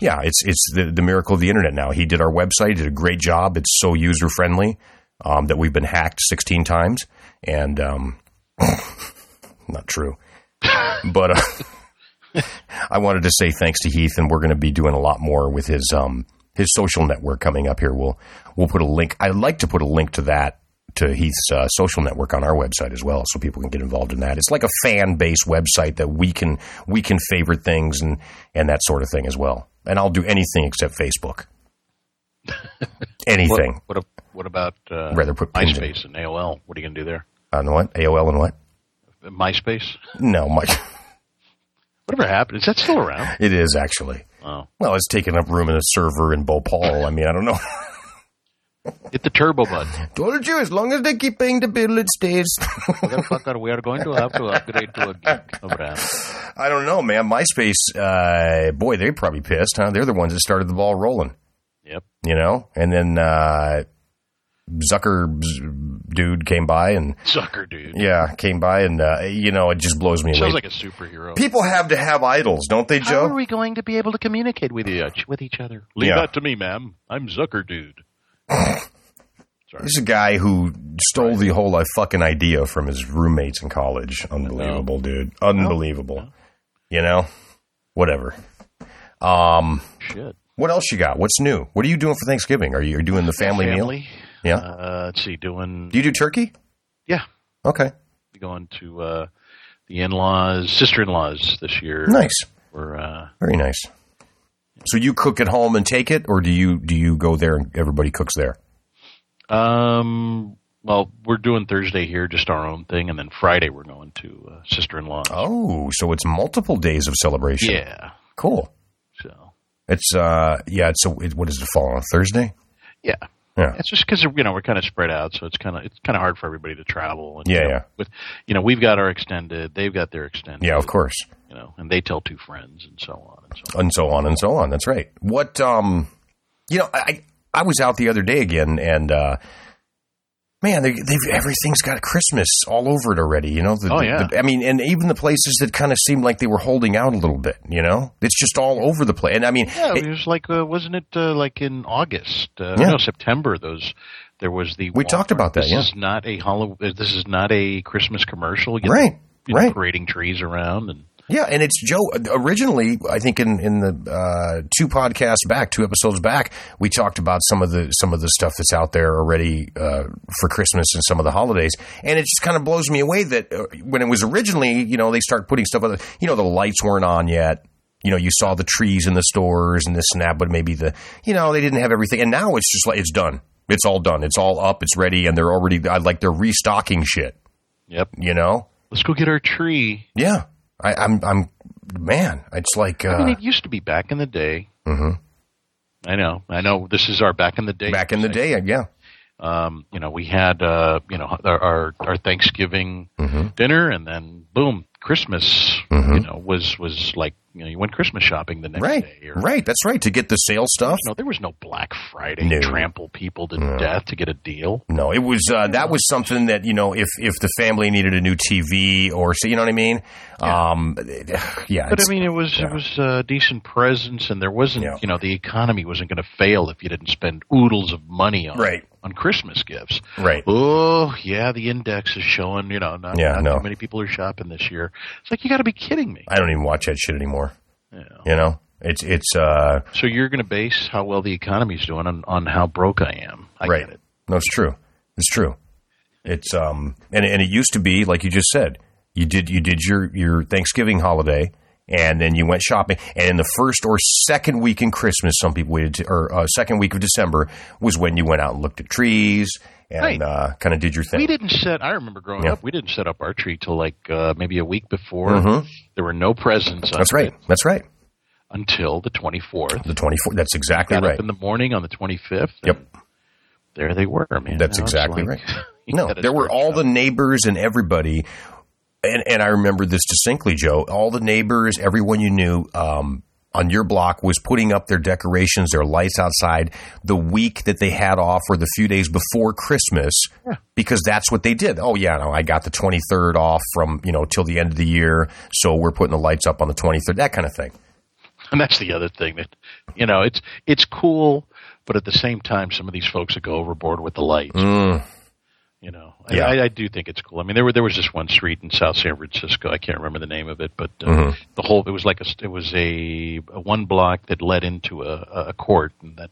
A: yeah, it's it's the, the miracle of the internet now. He did our website, he did a great job. It's so user friendly um, that we've been hacked 16 times. And um, not true. but uh, I wanted to say thanks to Heath, and we're going to be doing a lot more with his um, his social network coming up here. We'll we'll put a link. I'd like to put a link to that to Heath's uh, social network on our website as well, so people can get involved in that. It's like a fan base website that we can we can favorite things and and that sort of thing as well. And I'll do anything except Facebook. anything.
B: What, what, a- what about uh,
A: Rather put pins in.
B: MySpace and AOL? What are you going to do there?
A: I don't know what AOL and what?
B: MySpace?
A: No, my,
B: Whatever happened? Is that still around?
A: it is actually.
B: Oh.
A: Well, it's taking up room in a server in Bhopal. I mean, I don't know.
B: Hit the turbo button.
A: Told you, as long as they keep paying the bill, it stays.
B: Motherfucker, we are going to have to upgrade to a gig around.
A: I don't know, man. MySpace, uh, boy, they're probably pissed, huh? They're the ones that started the ball rolling,
B: Yep.
A: you know? And then uh, Zucker z- dude came by and,
B: Sucker, dude.
A: yeah, came by and, uh, you know, it just blows me away.
B: Sounds like a superhero.
A: People have to have idols, don't they,
B: How are
A: Joe?
B: we going to be able to communicate with each with each other? Leave
A: Yeah.
B: that to me, ma'am. I'm Zucker, dude.
A: This is a guy who stole the whole uh, fucking idea from his roommates in college. Unbelievable, dude. Unbelievable. You know? Whatever. Um,.
B: Shit.
A: What else you got? What's new? What are you doing for Thanksgiving? Are you you're doing the family, meal? Yeah.
B: Uh, let's see. Doing.
A: do you do turkey?
B: Yeah.
A: Okay.
B: Going to uh, the in-laws, sister-in-laws this year.
A: Nice.
B: We're uh,
A: Very nice. So you cook at home and take it, or do you do you go there and everybody cooks there?
B: Um, well, we're doing Thursday here, just our own thing, and then Friday we're going to uh, sister-in-law.
A: Oh, so it's multiple days of celebration.
B: yeah.
A: Cool.
B: So
A: It's uh yeah. It's a, it, what does it fall on Thursday?
B: yeah,
A: Yeah.
B: It's just because you know we're kind of spread out, so it's kind of it's kind of hard for everybody to travel. And,
A: Yeah,
B: you know,
A: yeah.
B: With you know we've got our extended, they've got their extended.
A: Yeah, of course.
B: You know, and they tell two friends and so on and so.
A: and so on and so on. That's right. What um, you know, I I was out the other day again, and uh, man, they, they've everything's got Christmas all over it already. You know, the,
B: Oh,
A: the-
B: yeah.
A: the- I mean, and even the places that kind of seemed like they were holding out a little bit. You know, it's just all over the place. And I mean,
B: on. Yeah,
A: it-
B: it was like uh, wasn't it uh, like in August? Uh,
A: Yeah.
B: No, September. Those there was the
A: We talked about that,
B: This
A: yeah.
B: is not a hollow. uh, This is not a Christmas commercial. You know,
A: Right,
B: you know,
A: right.
B: Parading trees around and
A: Yeah, and it's Joe. Originally, I think in in the uh, two podcasts back, two episodes back, we talked about some of the some of the stuff that's out there already uh, for Christmas and some of the holidays, and it just kind of blows me away that uh, when it was originally, you know, they start putting stuff. Other, you know, the lights weren't on yet. you know, you saw the trees in the stores and this and that, but maybe the, you know, they didn't have everything. And now it's just like, it's done. It's all done. It's all up. It's ready. And they're already, I like, they're restocking shit,
B: Yep.
A: you know?
B: Let's go get our tree.
A: Yeah. I, I'm, I'm, man, it's like, uh,
B: I mean, it used to be back in the day.
A: mhm.
B: I know. I know. This is our back in the day.
A: back in the day. uh, Yeah.
B: Um, you know, we had uh, you know our our, our Thanksgiving
A: Mm-hmm.
B: dinner, and then boom, Christmas. You know, was was like you know you went Christmas shopping the next
A: Right.
B: day. Or,
A: Right. That's right. To get the sale stuff.
B: You know, there was no Black Friday
A: No.
B: trample people to death to get a deal.
A: No, it was uh, that was something that you know if if the family needed a new TV or so you know what I mean. Um, yeah,
B: But
A: it's-
B: I mean, it was it was a decent presence, and there wasn't
A: Yeah.
B: you know the economy wasn't going to fail if you didn't spend oodles of money on
A: Right.
B: on Christmas gifts.
A: right.
B: Oh yeah, the index is showing you know not,
A: Yeah,
B: not
A: no.
B: too many people are shopping this year. It's like you got to be kidding me.
A: I don't even watch that shit anymore.
B: Yeah.
A: You know, it's it's uh,
B: So you're going to base how well the economy's doing on, on how broke I am. I
A: right.
B: get it.
A: No, it's true. It's true. It's um, and and it used to be like you just said. You did you did your your Thanksgiving holiday, and then you went shopping. And in the first or second week in Christmas, some people waited, to, or uh, second week of December was when you went out and looked at trees and
B: Right.
A: uh, kind of did your thing.
B: We didn't set. I remember growing
A: Yeah.
B: up, we didn't set up our tree till like uh, maybe a week before.
A: Mhm.
B: There were no presents.
A: That's
B: under
A: right. That's right.
B: it Until the 24th.
A: The 24. That's exactly
B: Got
A: right.
B: up in the morning on the 25th.
A: Yep.
B: and There they were, man.
A: That's
B: Now it's
A: exactly
B: like-
A: right.
B: you
A: No,
B: gotta
A: there were
B: stretch
A: all
B: out.
A: the neighbors and everybody. And, and I remember this distinctly, Joe. All the neighbors, everyone you knew um, on your block was putting up their decorations, their lights outside the week that they had off or the few days before Christmas because that's what they did. Oh, yeah, no, I got the 23rd off from, you know, till the end of the year. So we're putting the lights up on the 23rd, that kind of thing.
B: And that's the other thing that you know it's it's cool, but at the same time, some of these folks that go overboard with the lights. You know, I-
A: Mm. Yeah.
B: I, I do think it's cool. I mean, there were there was this one street in South San Francisco. I can't remember the name of it, but uh,
A: Mm-hmm.
B: the whole it was like a st- it was a, a one block that led into a, a- a court, and that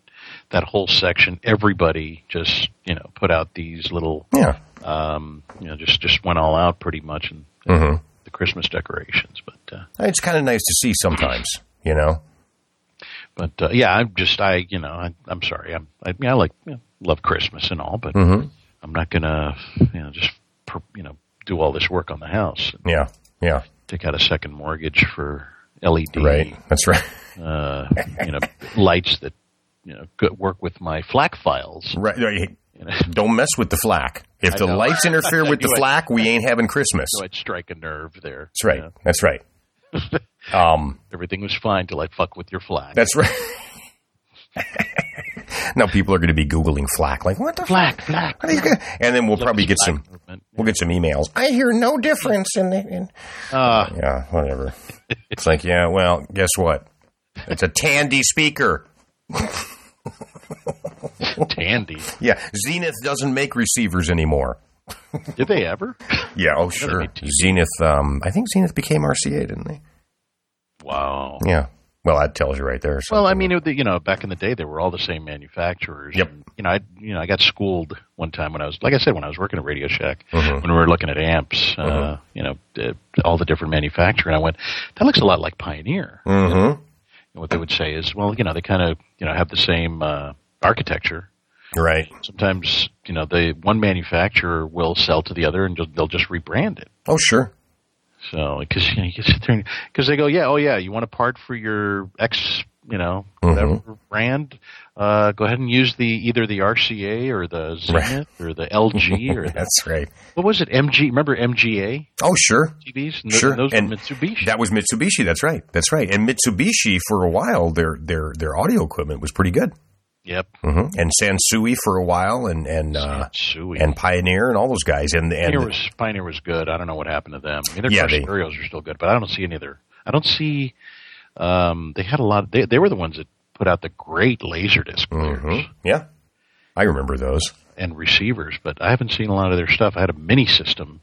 B: that whole section, everybody just you know put out these little
A: Yeah.
B: um, you know, just just went all out pretty much in
A: Mm-hmm.
B: the Christmas decorations. But uh,
A: It's kind of nice to see sometimes, you know?
B: but uh, yeah, I'm just I you know I, I'm sorry. I'm I, mean, I like you know, love Christmas and all, but
A: Mm-hmm.
B: I'm not gonna you know just per, you know do all this work on the house, and
A: Yeah. Yeah.
B: take out a second mortgage for LED
A: Right. That's right.
B: uh, you know lights that you know could work with my FLAC files.
A: Right. right.
B: You know,
A: Don't mess with the flack. If the
B: know.
A: lights interfere with the
B: Anyway.
A: flack, we ain't having Christmas.
B: so I'd strike a nerve there.
A: That's right.
B: You know,
A: That's right. Um,
B: everything was fine till I fuck with your FLAC.
A: that's right. now people are going to be googling flack, like what the flack?
B: FLAC, FLAC.
A: What are you gonna-" And then we'll probably get some.
B: movement.
A: We'll get some emails. I hear no difference in it. In,
B: Uh,
A: yeah, whatever. It's like, yeah, well, guess what? It's a Tandy speaker.
B: Tandy.
A: Yeah, Zenith doesn't make receivers anymore.
B: Did they ever?
A: Yeah, oh sure.
B: made
A: Zenith. Um, I think Zenith became RCA, didn't they?
B: Wow.
A: Yeah. Well, that tells you right there.
B: Well, I
A: something.
B: mean, it, you know, back in the day, they were all the same manufacturers.
A: Yep.
B: And, you know, I you know I got schooled one time when I was, like I said, when I was working at Radio Shack, when we were looking at amps, uh, you know, uh, all the different manufacturer, and I went, that looks a lot like Pioneer.
A: Mhm.
B: And what they would say is, well, you know, they kind of you know have the same uh, architecture.
A: right.
B: Sometimes you know the one manufacturer will sell to the other, and just, they'll just rebrand it.
A: Oh, sure.
B: So, because you, know, you can sit there because they go, yeah, oh yeah, you want a part for your X, you know,
A: Mm-hmm.
B: whatever brand, uh, go ahead and use the either the RCA or the Zenith or the LG or the,
A: That's right.
B: what was it, MG? Remember MGA
A: Oh, sure.
B: TVs? And
A: Sure,
B: those
A: and
B: were Mitsubishi.
A: That was Mitsubishi. That's right. That's right. And Mitsubishi for a while, their their their audio equipment was pretty good.
B: yep,
A: hmm And Sansui for a while, and and uh,
B: Mitsui.
A: and Pioneer and all those guys. And and
B: Pioneer was Pioneer was good. I don't know what happened to them. I mean, their
A: Yeah,
B: car
A: they-
B: stereos are still good, but I don't see any of their. I don't see. Um, they had a lot. they they were the ones that put out the great Laserdisc players.
A: Mhm. yeah, I remember those.
B: and receivers, but I haven't seen a lot of their stuff. I had a mini system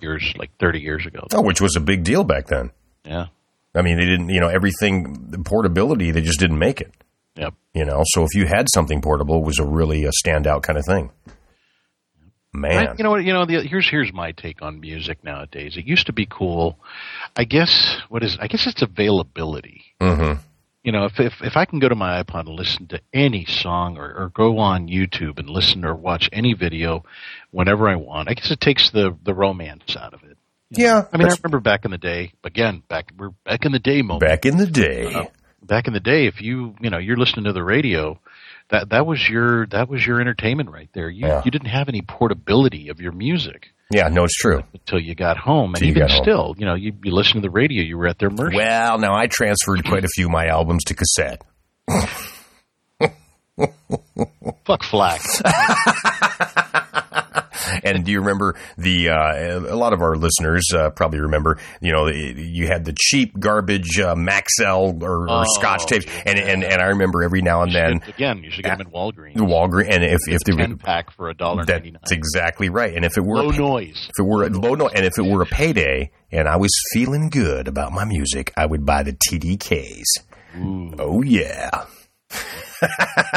B: years like thirty years ago.
A: Mm-hmm. Oh, which was a big deal back then.
B: Yeah.
A: I mean, they didn't. You know, everything the portability. They just didn't make it.
B: Yep.
A: uh, You know, so if you had something portable, it was a really a standout kind of thing. Man,
B: I- you know what? You know, the, here's here's my take on music nowadays. It used to be cool. I guess what is? I guess it's availability.
A: Mhm.
B: You know, if if if I can go to my iPod and listen to any song, or, or go on YouTube and listen or watch any video whenever I want, I guess it takes the the romance out of it. You
A: Yeah,
B: know? I mean, I
A: that's-
B: remember back in the day. Again, back we're back in the day moment
A: back in the day.
B: Oh. back in the day if you you know you're listening to the radio that that was your that was your entertainment right there you
A: Yeah.
B: you didn't have any portability of your music
A: Yeah, no, it's true.
B: until you got home and
A: Till you
B: even
A: got home.
B: still you know you, you listen to the radio you were at their mercy
A: Well, now I transferred quite a few of my albums to cassette.
B: fuck flack
A: And do you remember the? Uh, a lot of our listeners uh, probably remember. You know, you had the cheap garbage uh, Maxell or, or
B: Oh,
A: Scotch tapes, and, and and I remember every now and then
B: again you should get them in walgreens
A: the Walgreens, and if if they
B: ten
A: were,
B: pack for a dollar ninety nine
A: that's exactly right, and if it were
B: low
A: a, pa-
B: noise
A: if it were a low note, and if it were a payday, and I was feeling good about my music, I would buy the TDKs.
B: Ooh,
A: Oh yeah,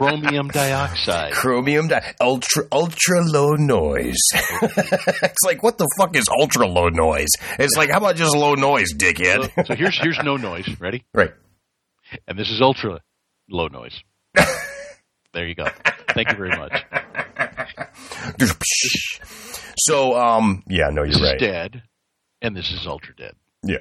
B: chromium dioxide
A: chromium di- ultra ultra low noise. it's like what the fuck is ultra low noise? It's like how about just low noise,
B: so,
A: dickhead?
B: so here's here's no noise ready
A: right.
B: and this is ultra low noise there you go thank you very much
A: So um yeah, no,
B: this
A: you're
B: is
A: right.
B: dead and this is ultra dead
A: Yeah.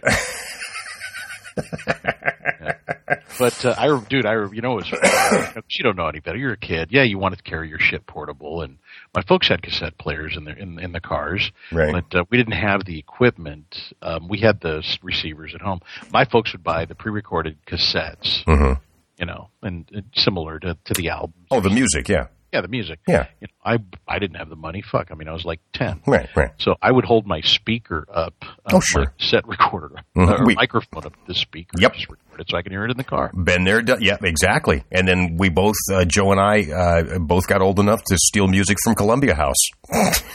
B: But uh, I, dude, I you know it's you don't know any better. You're a kid. Yeah, you wanted to carry your shit portable, and my folks had cassette players in their in, in the cars,
A: Right.
B: but uh, we didn't have the equipment. Um, we had the s- receivers at home. My folks would buy the pre-recorded cassettes,
A: Mhm.
B: you know, and, and similar to, to the album.
A: Oh, the music, yeah.
B: Yeah, the music.
A: Yeah.
B: you know, I I didn't have the money. Fuck, I mean, I was like ten.
A: Right, right.
B: So I would hold my speaker up, uh,
A: Oh, sure.
B: my cassette recorder,
A: Mhm.
B: or
A: We-
B: microphone up to the speaker.
A: Yep.
B: just record it so I can hear it in the car.
A: Been there, done, yeah, exactly. And then we both, uh, Joe and I, uh, both got old enough to steal music from Columbia House.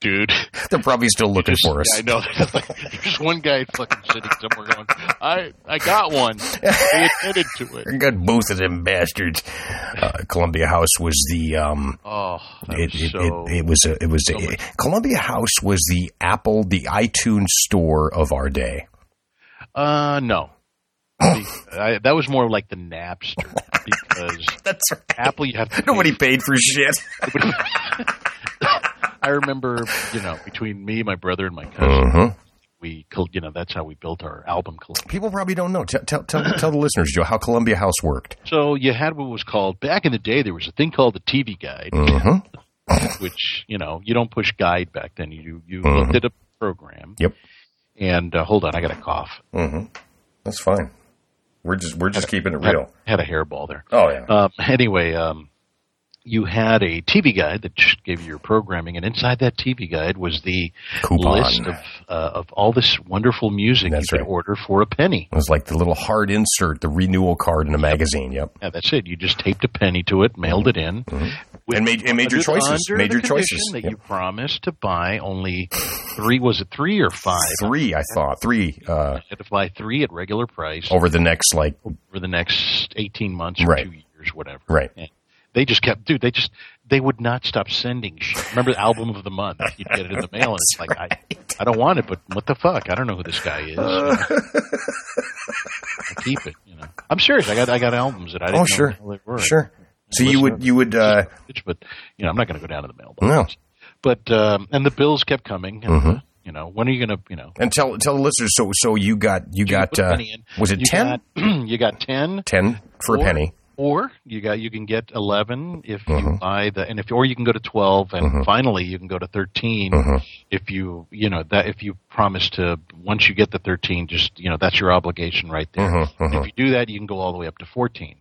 B: Dude,
A: They're probably still looking
B: Just-
A: for us.
B: yeah, I know. There's, like, there's one guy fucking sitting somewhere going, I, I got one. They admitted to it.
A: Got both of them bastards. Uh, Columbia House was the um,
B: Oh, that
A: it,
B: was
A: it,
B: so.
A: it, it was a, it was a, Columbia House was the Apple the iTunes store of our day.
B: uh, no. The- I, that was more like the Napster because
A: That's right.
B: Apple, you have to. pay-
A: Nobody paid for shit.
B: I remember, you know, between me, my brother, and my cousin,
A: Uh-huh.
B: we, col- you know, that's how we built our album collection.
A: People probably don't know. Tell, tell, tell, tell the listeners, Joe, how Columbia House worked.
B: So you had what was called back in the day. There was a thing called the TV guide,
A: Uh-huh.
B: which you know you don't push guide back then. You you
A: Mhm.
B: looked at a program.
A: Yep.
B: And uh, hold on, I got a cough.
A: Uh-huh. That's fine. We're just we're just keeping it
B: Had-
A: real.
B: Had, a hairball there.
A: Oh yeah.
B: Um, anyway, um, you had a TV guide that just gave you your programming, and inside that TV guide was the
A: Coupon.
B: list of uh, of all this wonderful music
A: That's
B: you could
A: right.
B: order for a penny.
A: It was like the little hard insert, the renewal card in a magazine. Yep.
B: Yeah, that's it. You just taped a penny to it, mailed it in, with-
A: And made and made your
B: under the-
A: choices.
B: under
A: Made
B: the
A: your
B: condition
A: choices.
B: that
A: Yep.
B: you promised to buy only three. Was it three or five?
A: Three, I thought three uh,
B: You had to buy three at regular price
A: over the next like
B: over the next eighteen months or
A: Oh. Right.
B: two years, whatever.
A: right.
B: They just kept, dude. They just, they would not stop sending shit. Remember the album of the month? You'd get it in the mail, and it's like, I, I don't want it, but what the fuck? I don't know who this guy is. I keep it. You know, I'm serious. I got, I got albums that I didn't
A: Oh,
B: know
A: sure.
B: what the hell they were.
A: Sure. So
B: Listen
A: you
B: up.
A: would you would uh,
B: but you know, I'm not going to go down to the mailbox.
A: no Mm-hmm.
B: But um, and the bills kept coming. And, uh, You know, when are you going to? You know,
A: and tell tell the listeners. So so you got you got
B: put a
A: uh,
B: penny in.
A: was it
B: you
A: 10?
B: Got, you got ten.
A: 10 for a
B: Or-
A: penny.
B: or you got you can get 11 if
A: Mm-hmm.
B: you buy the and if or you can go to 12 and finally you can go to 13
A: Mm-hmm.
B: if you you know that if you promise to once you get the 13 just you know that's your obligation right there
A: Mm-hmm.
B: if you do that you can go all the way up to 14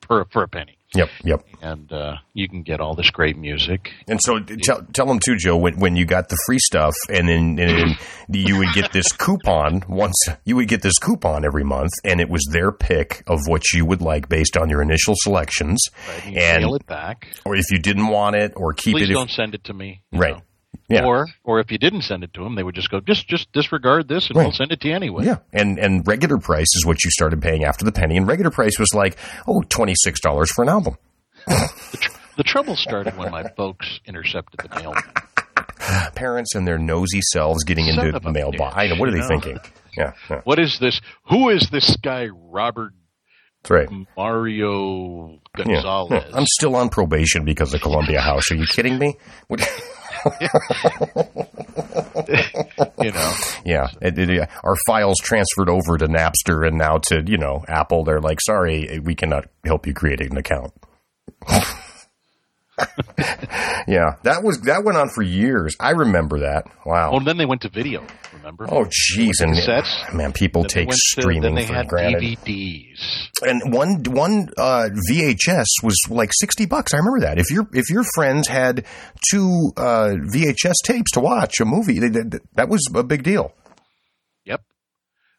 B: per for a penny
A: Yep yep.
B: and uh, you can get all this great music
A: And so t- tell tell them too, Joe, when when you got the free stuff, and then and then you would get this coupon once you would get this coupon every month, and it was their pick of what you would like based on your initial selections,
B: right? you
A: and
B: mail it back
A: or if you didn't want it or keep it,
B: please
A: if,
B: don't send it to me you
A: right?
B: know.
A: Yeah.
B: Or, or if you didn't send it to them, they would just go just just disregard this and
A: Right.
B: we'll send it to you anyway.
A: yeah, and and regular price is what you started paying after the penny, and regular price was like oh twenty six dollars for an album.
B: The trouble started when my folks intercepted the mail.
A: Parents and their nosy selves getting
B: Son
A: into
B: of
A: the
B: a
A: mailbox.
B: bitch,
A: I know. What are they
B: you know?
A: thinking? Yeah, yeah,
B: What is this? Who is this guy, Robert
A: that's right.
B: Mario
A: Yeah.
B: Gonzalez?
A: I'm still on probation because of Columbia House. Are you kidding me? What-
B: you know,
A: yeah, It- it- yeah. our files transferred over to Napster and now to you know Apple. They're like, sorry, we cannot help you create an account. yeah, that was that went on for years. I remember that. Wow.
B: well, Oh, then they went to video. Remember?
A: Oh, jeez, and ah,
B: Cassettes.
A: man, people
B: Then they
A: take
B: went to-
A: streaming
B: then they
A: for
B: had
A: granted.
B: DVDs.
A: And one one uh, VHS was like sixty bucks. I remember that. If your if your friends had two uh, VHS tapes to watch a movie, they, they, that was a big deal.
B: Yep.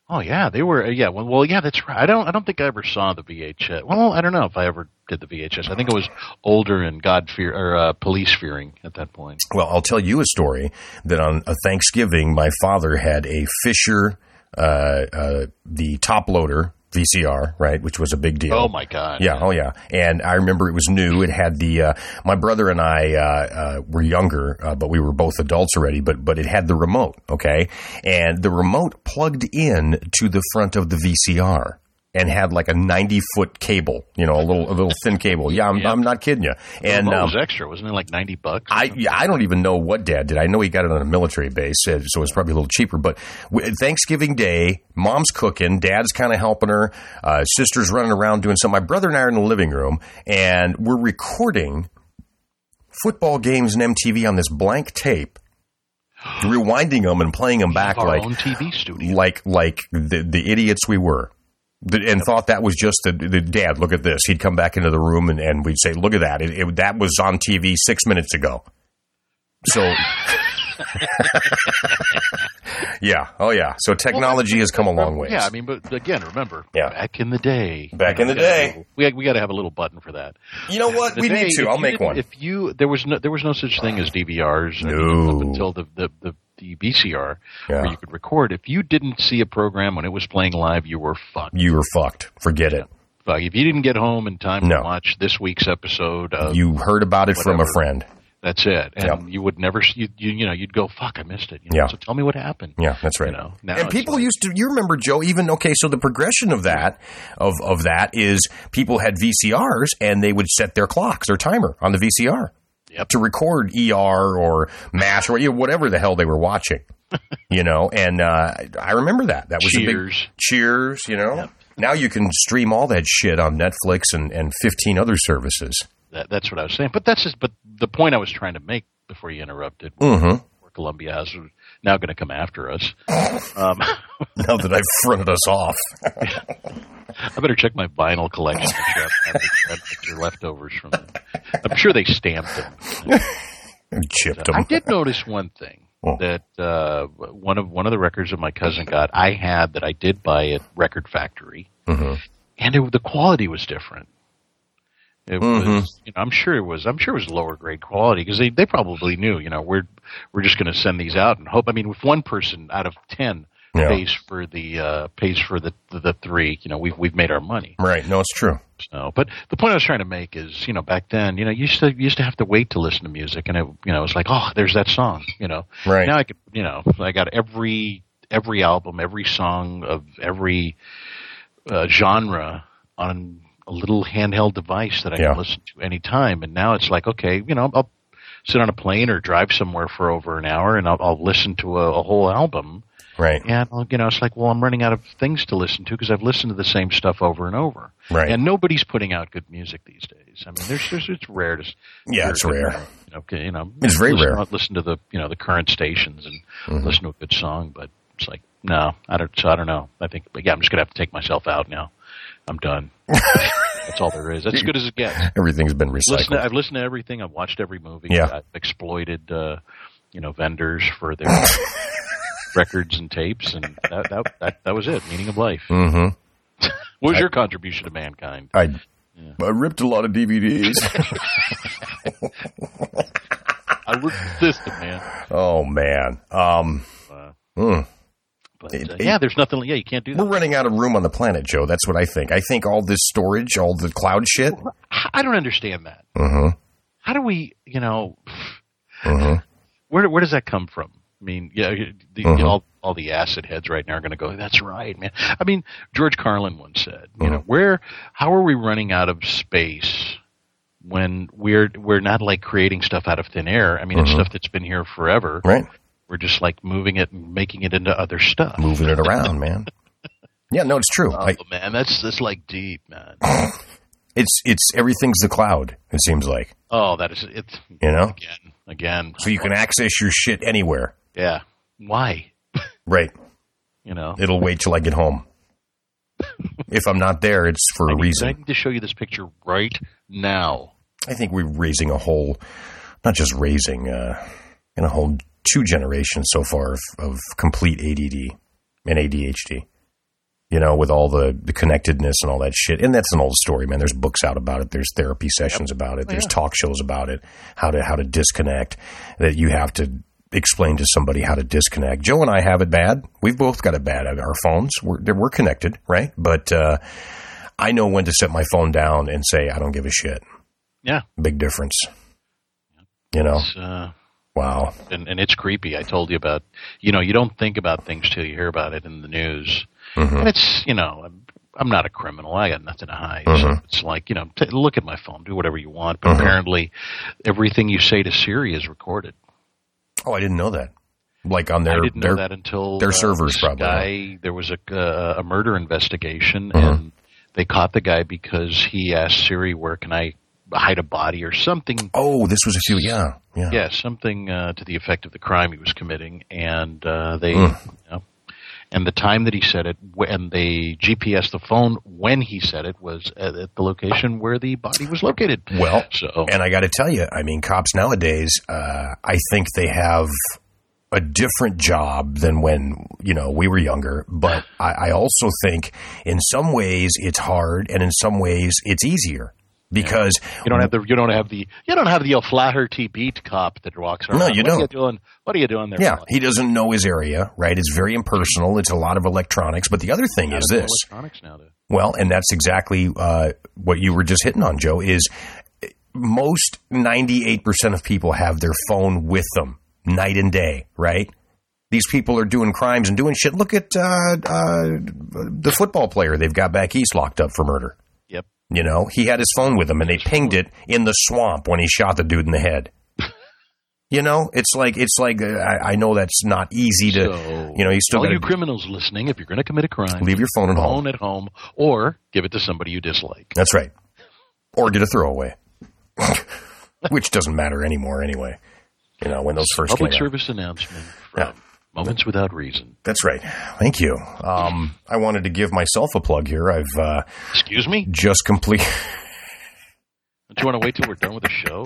B: Oh yeah, they were. Yeah. Well, well, yeah, that's right. I don't. I don't think I ever saw the VHS. Well, I don't know if I ever did the VHS. I think I was older and God fear or uh, police fearing at that point.
A: Well, I'll tell you a story that on a Thanksgiving, my father had a Fisher, uh, uh, the top loader VCR, right, which was a big deal.
B: Oh my God.
A: Yeah, oh yeah. And I remember it was new. It had the uh, my brother and I uh, uh, were younger, uh, but we were both adults already. But but it had the remote, okay, and the remote plugged in to the front of the VCR and had like a ninety foot cable, you know, a little a little thin cable. Yeah, I'm, I'm not kidding you. And
B: Well, it
A: um,
B: was extra, wasn't it? Like ninety bucks.
A: I yeah, I don't even know what Dad did. I know he got it on a military base, uh, so it's probably a little cheaper. But w- Thanksgiving Day, Mom's cooking, Dad's kind of helping her, uh, sister's running around doing something. My brother and I are in the living room, and we're recording football games and MTV on this blank tape, rewinding them and playing them back
B: our
A: like
B: own TV studio.
A: like like the the idiots we were. Th- And thought that was just the, the dad. Look at this. He'd come back into the room and, and we'd say, "Look at that! It, it, that was on TV six minutes ago." So, yeah, oh yeah. So technology has come a long way.
B: Yeah, I mean, but again, remember,
A: Yeah.
B: back in the day,
A: Back in the
B: we gotta have a
A: day.
B: little- we we got to have a little button for that.
A: you know what?
B: The
A: We
B: day,
A: need
B: if
A: to. I'll
B: you
A: make
B: didn't-
A: one.
B: If you there was no there was no such thing as DVRs I mean,
A: No.
B: up until the the, the, the VCR
A: Yeah.
B: where you could record. If you didn't see a program when it was playing live, you were fucked.
A: You were fucked. Forget it.
B: Fuck, If you didn't get home in time
A: No.
B: to watch this week's episode, of,
A: You heard about it from a
B: Whatever.
A: friend.
B: that's it, and you would never s- you, you you know you'd go fuck. I missed it. You know?
A: Yeah.
B: So tell me what happened.
A: Yeah, that's right.
B: You know, now
A: and
B: it's
A: people
B: like-
A: used to. You remember Joe? Even okay. So the progression of that of of that is people had VCRs and they would set their clocks, their timer on the VCR
B: Yep.
A: to record ER or MASH or you know, whatever the hell they were watching. You know, and uh, I remember that. That was a big
B: Cheers.
A: Cheers. You know. Now you can stream all that shit on Netflix and, and 15 other services.
B: That, that's what I was saying. But that's just but the point I was trying to make before you interrupted.
A: Mm-hmm.
B: Where Columbia House is now going to come after us. um,
A: Now that I've fronted us off.
B: I better check my vinyl collection. to see if I have any picture leftovers from them. I'm sure they stamped them.
A: Chipped
B: I
A: them.
B: did notice one thing
A: Oh.
B: that uh, one of one of the records that my cousin got, I had that I did buy at Record Factory,
A: Mhm.
B: and it, the quality was different. It
A: Mhm.
B: was, you know, I'm sure it was. I'm sure it was lower grade quality because they, they probably knew. You know, we're we're just going to send these out and hope. I mean, with one person out of ten
A: Yeah.
B: pays for the uh, pays for the, the the three, you know, we've we've made our money.
A: Right. No, it's true.
B: So, but the point I was trying to make is, you know, back then, you know, you used to you used to have to wait to listen to music, and it, you know, it was like, oh, there's that song, you know.
A: Right.
B: Now I could, you know, I got every every album, every song of every uh, genre on a little handheld device that I
A: Yeah.
B: can listen to anytime. And now it's like, okay, you know, I'll sit on a plane or drive somewhere for over an hour, and I'll, I'll listen to a, a whole album.
A: Right.
B: And well, you know, it's like, well, I'm running out of things to listen to because I've listened to the same stuff over and over.
A: Right.
B: And nobody's putting out good music these days. I mean, there's, there's it's rare to. s-
A: Yeah, it's
B: to,
A: rare.
B: You know, okay, you know,
A: It's very
B: listen,
A: rare. Mm-hmm.
B: Listen to the you know the current stations and listen to a good song, but it's like no, I don't. So I don't know. I think, but yeah, I'm just gonna have to take myself out now. I'm done. That's all there is. That's as good as it gets.
A: Everything's been recycled.
B: Listen, I've listened to everything. I've watched every movie.
A: Yeah.
B: I've exploited, uh, you know, vendors for their records and tapes, and that, that, that, that was it. Meaning of life.
A: Mm-hmm.
B: What was your contribution to mankind?
A: I, I ripped a lot of DVDs.
B: I ripped the system, man.
A: oh man, um,
B: Uh,
A: mm.
B: but, uh, yeah, there's nothing. Yeah, you can't do
A: we're
B: that.
A: running out of room on the planet, Joe. That's what I think. I think all this storage, all the cloud shit.
B: I don't understand that.
A: Mm-hmm.
B: how do we, you know,
A: Mhm.
B: where where does that come from? I mean, yeah, the,
A: Mhm.
B: all all the acid heads right now are going to go. That's right, man. I mean, George Carlin once said, you know, where how are we running out of space when we're we're not like creating stuff out of thin air? I mean, it's stuff that's been here forever.
A: Right.
B: We're just like moving it and making it into other stuff.
A: Moving it around, man. Yeah, no, it's true.
B: Oh
A: I,
B: man, that's that's like deep, man.
A: it's it's everything's the cloud. It seems like
B: Oh, that is it's
A: you know,
B: again, again.
A: so you can access your shit anywhere.
B: Yeah. Why?
A: Right.
B: You know.
A: It'll wait till I get home. If I'm not there, it's for a
B: I
A: reason.
B: need to show you this picture right now.
A: I think we're raising a whole, not just raising, uh, in a whole two generations so far of, of complete ADD and ADHD. You know, with all the, the connectedness and all that shit. And that's an old story, man. There's books out about it. There's therapy sessions about it. There's talk shows about it. How to how to disconnect. That you have to explain to somebody how to disconnect. Joe and I have it bad. We've both got it bad. Our phones we're we're connected, right? But uh, I know when to set my phone down and say I don't give a shit
B: Yeah.
A: big difference. You know,
B: It's, uh,
A: wow.
B: and, and it's creepy. I told you about, you know, you don't think about things till you hear about it in the news.
A: Mm-hmm.
B: And it's, you know, I'm, I'm not a criminal. I got nothing to hide.
A: Mm-hmm.
B: So it's like, you know, t- look at my phone, do whatever you want. But apparently, everything you say to Siri is recorded.
A: Oh, I didn't know that. Like on their
B: I didn't
A: their
B: know that until uh,
A: their servers
B: this
A: probably,
B: Guy, there was a uh, a murder investigation,
A: Mm-hmm.
B: and they caught the guy because he asked Siri, "Where can I hide a body?" or something.
A: oh, this was a few. Yeah, yeah.
B: Yeah, something uh, to the effect of the crime he was committing, and uh, they,
A: Hmm.
B: you know, and the time that he said it, wh- and they GPS the phone when he said it was at, at the location where the body was located.
A: Well,
B: so
A: And I got to tell you, I mean, cops nowadays, uh, I think they have a different job than when you know we were younger. But I, I also think, in some ways, it's hard, and in some ways, it's easier because
B: You don't have the you don't have the you don't have the O'Flaherty beat cop that walks around.
A: No, you
B: what Are you
A: don't.
B: doing? What are you doing there?
A: Yeah,
B: fella?
A: he doesn't know his area, right? It's very impersonal. It's a lot of electronics. But the other thing is this:
B: Electronics now to-
A: Well, and that's exactly uh, what you were just hitting on, Joe. Is most ninety eight percent of people have their phone with them night and day, right? These people are doing crimes and doing shit. Look at uh, uh, the football player they've got back east locked up for murder.
B: Yep.
A: You know, he had his phone with him, and they pinged it in the swamp when he shot the dude in the head. You know, it's like it's like uh, I, I know that's not easy to.
B: So,
A: you know, you still
B: all
A: gotta-
B: you criminals listening, if you're going to commit a crime,
A: Leave your phone at home.
B: phone at home or give it to somebody you dislike.
A: That's right. Or get a throwaway, which doesn't matter anymore anyway. You know, when those first
B: Public
A: came out.
B: service announcement from Moments Without Reason.
A: That's right. Thank you. Um, I wanted to give myself a plug here. I've uh,
B: Excuse me.
A: just complete.
B: Do you want to wait till we're done with the show?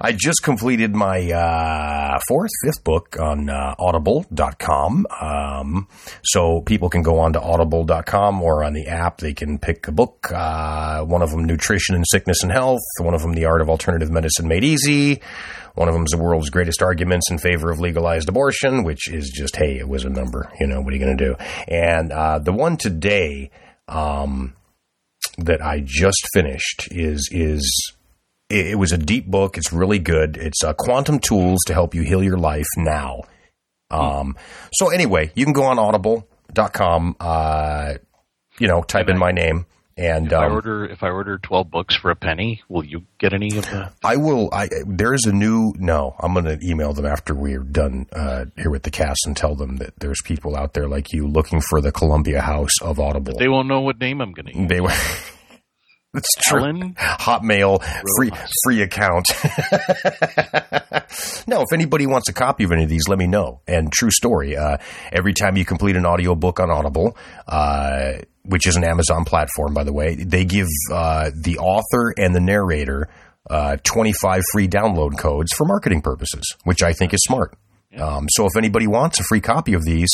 A: I just completed my uh, fourth, fifth book on uh, audible.com. Um, so people can go on to audible.com or on the app. They can pick a book. Uh, one of them, Nutrition and Sickness and Health. One of them, The Art of Alternative Medicine Made Easy. One of them is The World's Greatest Arguments in Favor of Legalized Abortion, which is just, hey, it was a number. You know, what are you going to do? And uh, the one today um, that I just finished is is it, it was a deep book. It's really good. It's uh, Quantum Tools to help you heal your life now. Um, so anyway, you can go on audible.com, uh, you know, type in my name and,
B: if I
A: um,
B: order if I order twelve books for a penny, will you get any of the?
A: I will, I, there's a new, no, I'm going to email them after we're done, uh, here with the cast and tell them that there's people out there like you looking for the Columbia house of audible.
B: They won't know what name I'm going to use.
A: They were. That's true.
B: Alan?
A: Hotmail free free account. no, if anybody wants a copy of any of these, let me know. And true story, uh, every time you complete an audiobook on Audible, uh, which is an Amazon platform, by the way, they give uh, the author and the narrator uh, 25 free download codes for marketing purposes, which I think is smart. Um, so if anybody wants a free copy of these,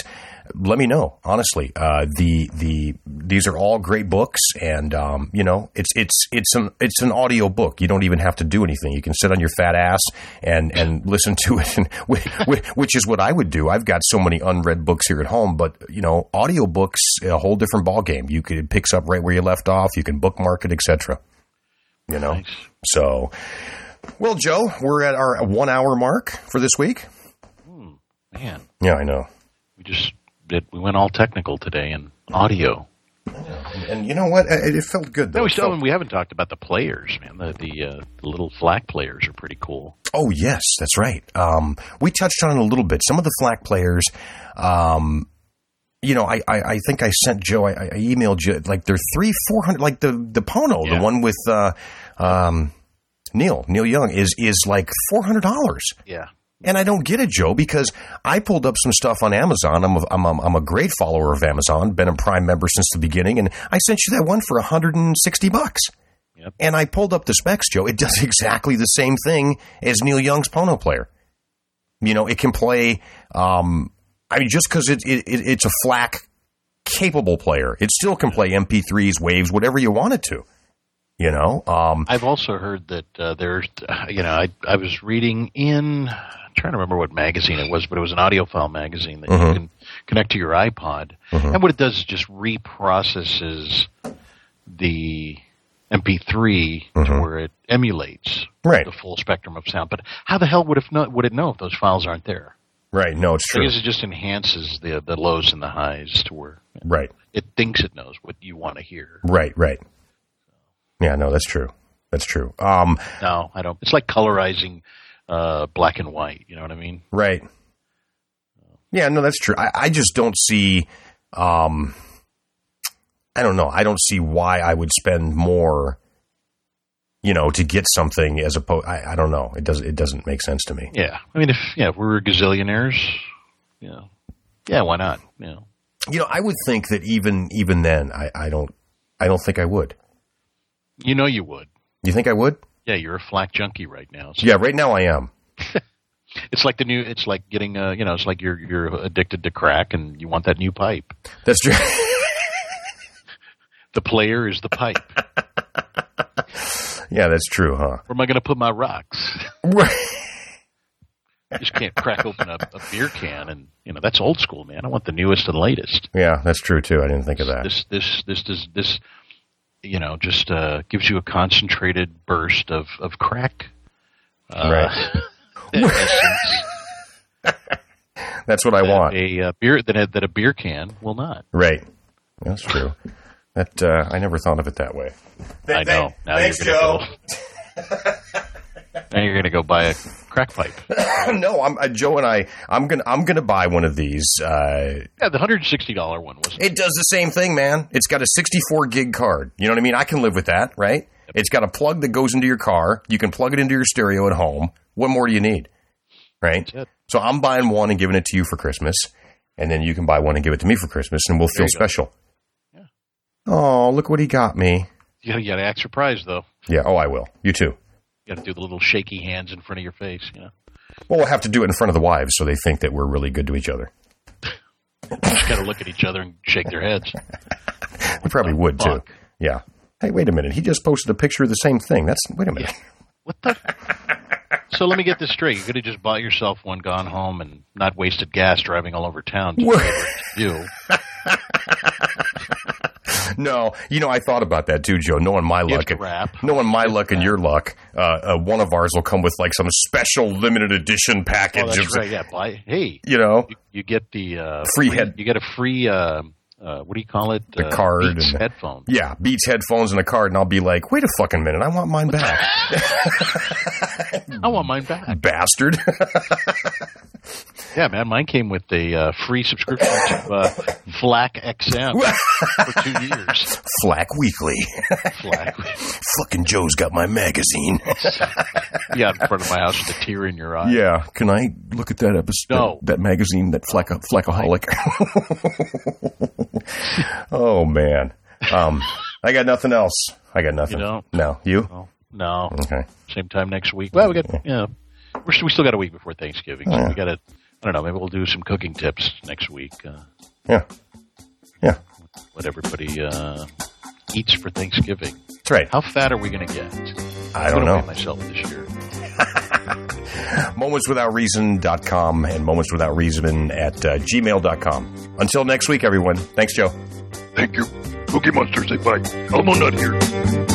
A: let me know. Honestly, uh, the the these are all great books, and um, you know it's it's it's an it's an audio book. You don't even have to do anything. You can sit on your fat ass and and listen to it, and, whi- whi- which is what I would do. I've got so many unread books here at home, but you know, audio books a whole different ballgame. You could it picks up right where you left off. You can bookmark it, etc. You know, so well, Joe, we're at our one hour mark for this week.
B: Man,
A: Yeah, I know.
B: we just did. We went all technical today and audio.
A: And you know what? It, it felt good though.
B: No, we
A: It
B: still
A: felt-
B: we haven't talked about the players, man. The the, uh, the little flag players are pretty cool.
A: Oh yes, that's right. Um, we touched on it a little bit. Some of the flack players, um, you know, I, I, I think I sent Joe. I, I emailed you like there are three four hundred like the the Pono,
B: Yeah.
A: the one with uh, um, Neil Neil Young is is like four hundred dollars.
B: Yeah,
A: And I don't get it, Joe, because I pulled up some stuff on Amazon. I'm a, I'm, a, I'm a great follower of Amazon, been a Prime member since the beginning, and I sent you that one for 160 bucks.
B: Yep.
A: And I pulled up the specs, Joe. It does exactly the same thing as Neil Young's Pono player. You know, it can play. Um, I mean, just because it, it, it it's a FLAC capable player, it still can play MP3s, waves, whatever you want it to. You know, um,
B: I've also heard that uh, there's, you know, I I was reading in I'm trying to remember what magazine it was, but it was an audiophile magazine that you can connect to your iPod, and what it does is just reprocesses the MP3 to where it emulates
A: Right.
B: the full spectrum of sound. But how the hell would it know, would it know if those files aren't there?
A: right? No, it's
B: I
A: true.
B: guess it just enhances the the lows and the highs to where
A: Right.
B: it thinks it knows what you want to hear.
A: Right, right. Yeah, no, that's true. That's true. Um,
B: No, I don't. It's like colorizing uh, black and white. You know what I mean?
A: right. Yeah, no, that's true. I, I just don't see. Um, I don't know. I don't see why I would spend more. You know, to get something as opposed. I, I don't know. It doesn't. It doesn't make sense to me.
B: Yeah. I mean, if yeah, if we were gazillionaires, yeah, yeah, why not? You know,
A: You know, I would think that even even then, I, I don't. I don't think I would.
B: you know, you would.
A: You think I would?
B: Yeah, you're a flack junkie right now. So
A: Yeah, right now I am.
B: It's like the new. It's like getting uh You know, it's like you're you're addicted to crack and you want that new pipe.
A: That's true.
B: The player is the pipe. Where
A: yeah, that's true, huh?
B: am I going to put my rocks?
A: Right.
B: You just can't crack open a, a beer can, and you know that's old school, man. I want the newest and latest.
A: Yeah, that's true too. I didn't think of that.
B: This this this this this you know just uh, gives you a concentrated burst of of crack. Uh,
A: Right.
B: essence.
A: That's what I want.
B: a uh, beer that a, that a beer can will not.
A: Right. That's true. That uh, I never thought of it that way.
B: I know. Now you're gonna Go, now you're going to go buy a crack pipe.
A: no, I'm uh, Joe and I. I'm gonna I'm gonna buy one of these. Uh,
B: Yeah, the hundred sixty dollar one was.
A: it does the same thing, man. It's got a 64 gig card. You know what I mean? I can live with that, right? It's got a plug that goes into your car. You can plug it into your stereo at home. What more do you need? Right.
B: That's it.
A: So I'm buying one and giving it to you for Christmas, and then you can buy one and give it to me for Christmas, and we'll feel
B: you go.
A: special. Oh, look what he got me.
B: You got to act surprised though.
A: Yeah. Oh, I will. You too.
B: You got to do the little shaky hands in front of your face. You know,
A: Well, we'll have to do it in front of the wives so they think that we're really good to each other.
B: just got to look at each other and shake their heads.
A: We probably would too.
B: fuck?
A: Yeah. Hey, wait a minute. He just posted a picture of the same thing. That's wait a minute.
B: What the? So let me get this straight. You could have just bought yourself one, gone home, and not wasted gas driving all over town. To you.
A: no, you know, I thought about that too, Joe. Knowing my luck,
B: Gift wrap.
A: knowing my luck and your luck, uh, uh, one of ours will come with like some special limited edition package.
B: Oh, that's
A: of-
B: right. Yeah. Buy. Hey,
A: You know,
B: you get the uh,
A: Free head-
B: You get a free. Uh, uh, what do you call it? The
A: card
B: Beats
A: and-
B: headphone.
A: yeah, Beats headphones and a card, and I'll be like, wait a fucking minute, I want mine back,
B: I want mine
A: Mm.
B: back.
A: bastard.
B: Yeah, man, mine came with the uh, free subscription to uh, Flack XM for two years.
A: Flack Weekly.
B: Flack,
A: fucking Joe's got my magazine.
B: yeah, in front of my house with a tear in your eye.
A: Yeah, can I look at that episode?
B: No.
A: That, that magazine, that flacco- flackaholic. oh man, um, I got nothing else. I got nothing.
B: You don't?
A: No, you?
B: Oh, no,
A: Okay.
B: same time next week. Well, we got yeah, we're, st- we still got a week before Thanksgiving,
A: Oh,
B: so we got to. I don't know. Maybe we'll do some cooking tips next week. Uh,
A: Yeah, yeah.
B: what everybody uh, eats for Thanksgiving.
A: That's right.
B: How fat are we going to get?
A: I
B: I'm
A: don't
B: gonna
A: know.
B: weigh myself this year.
A: Momentswithoutreason.com and momentswithoutreason at uh, gmail.com. Until next week, everyone. Thanks, Joe.
C: Thank you. Cookie Monster, say bye. Elmo Nut here.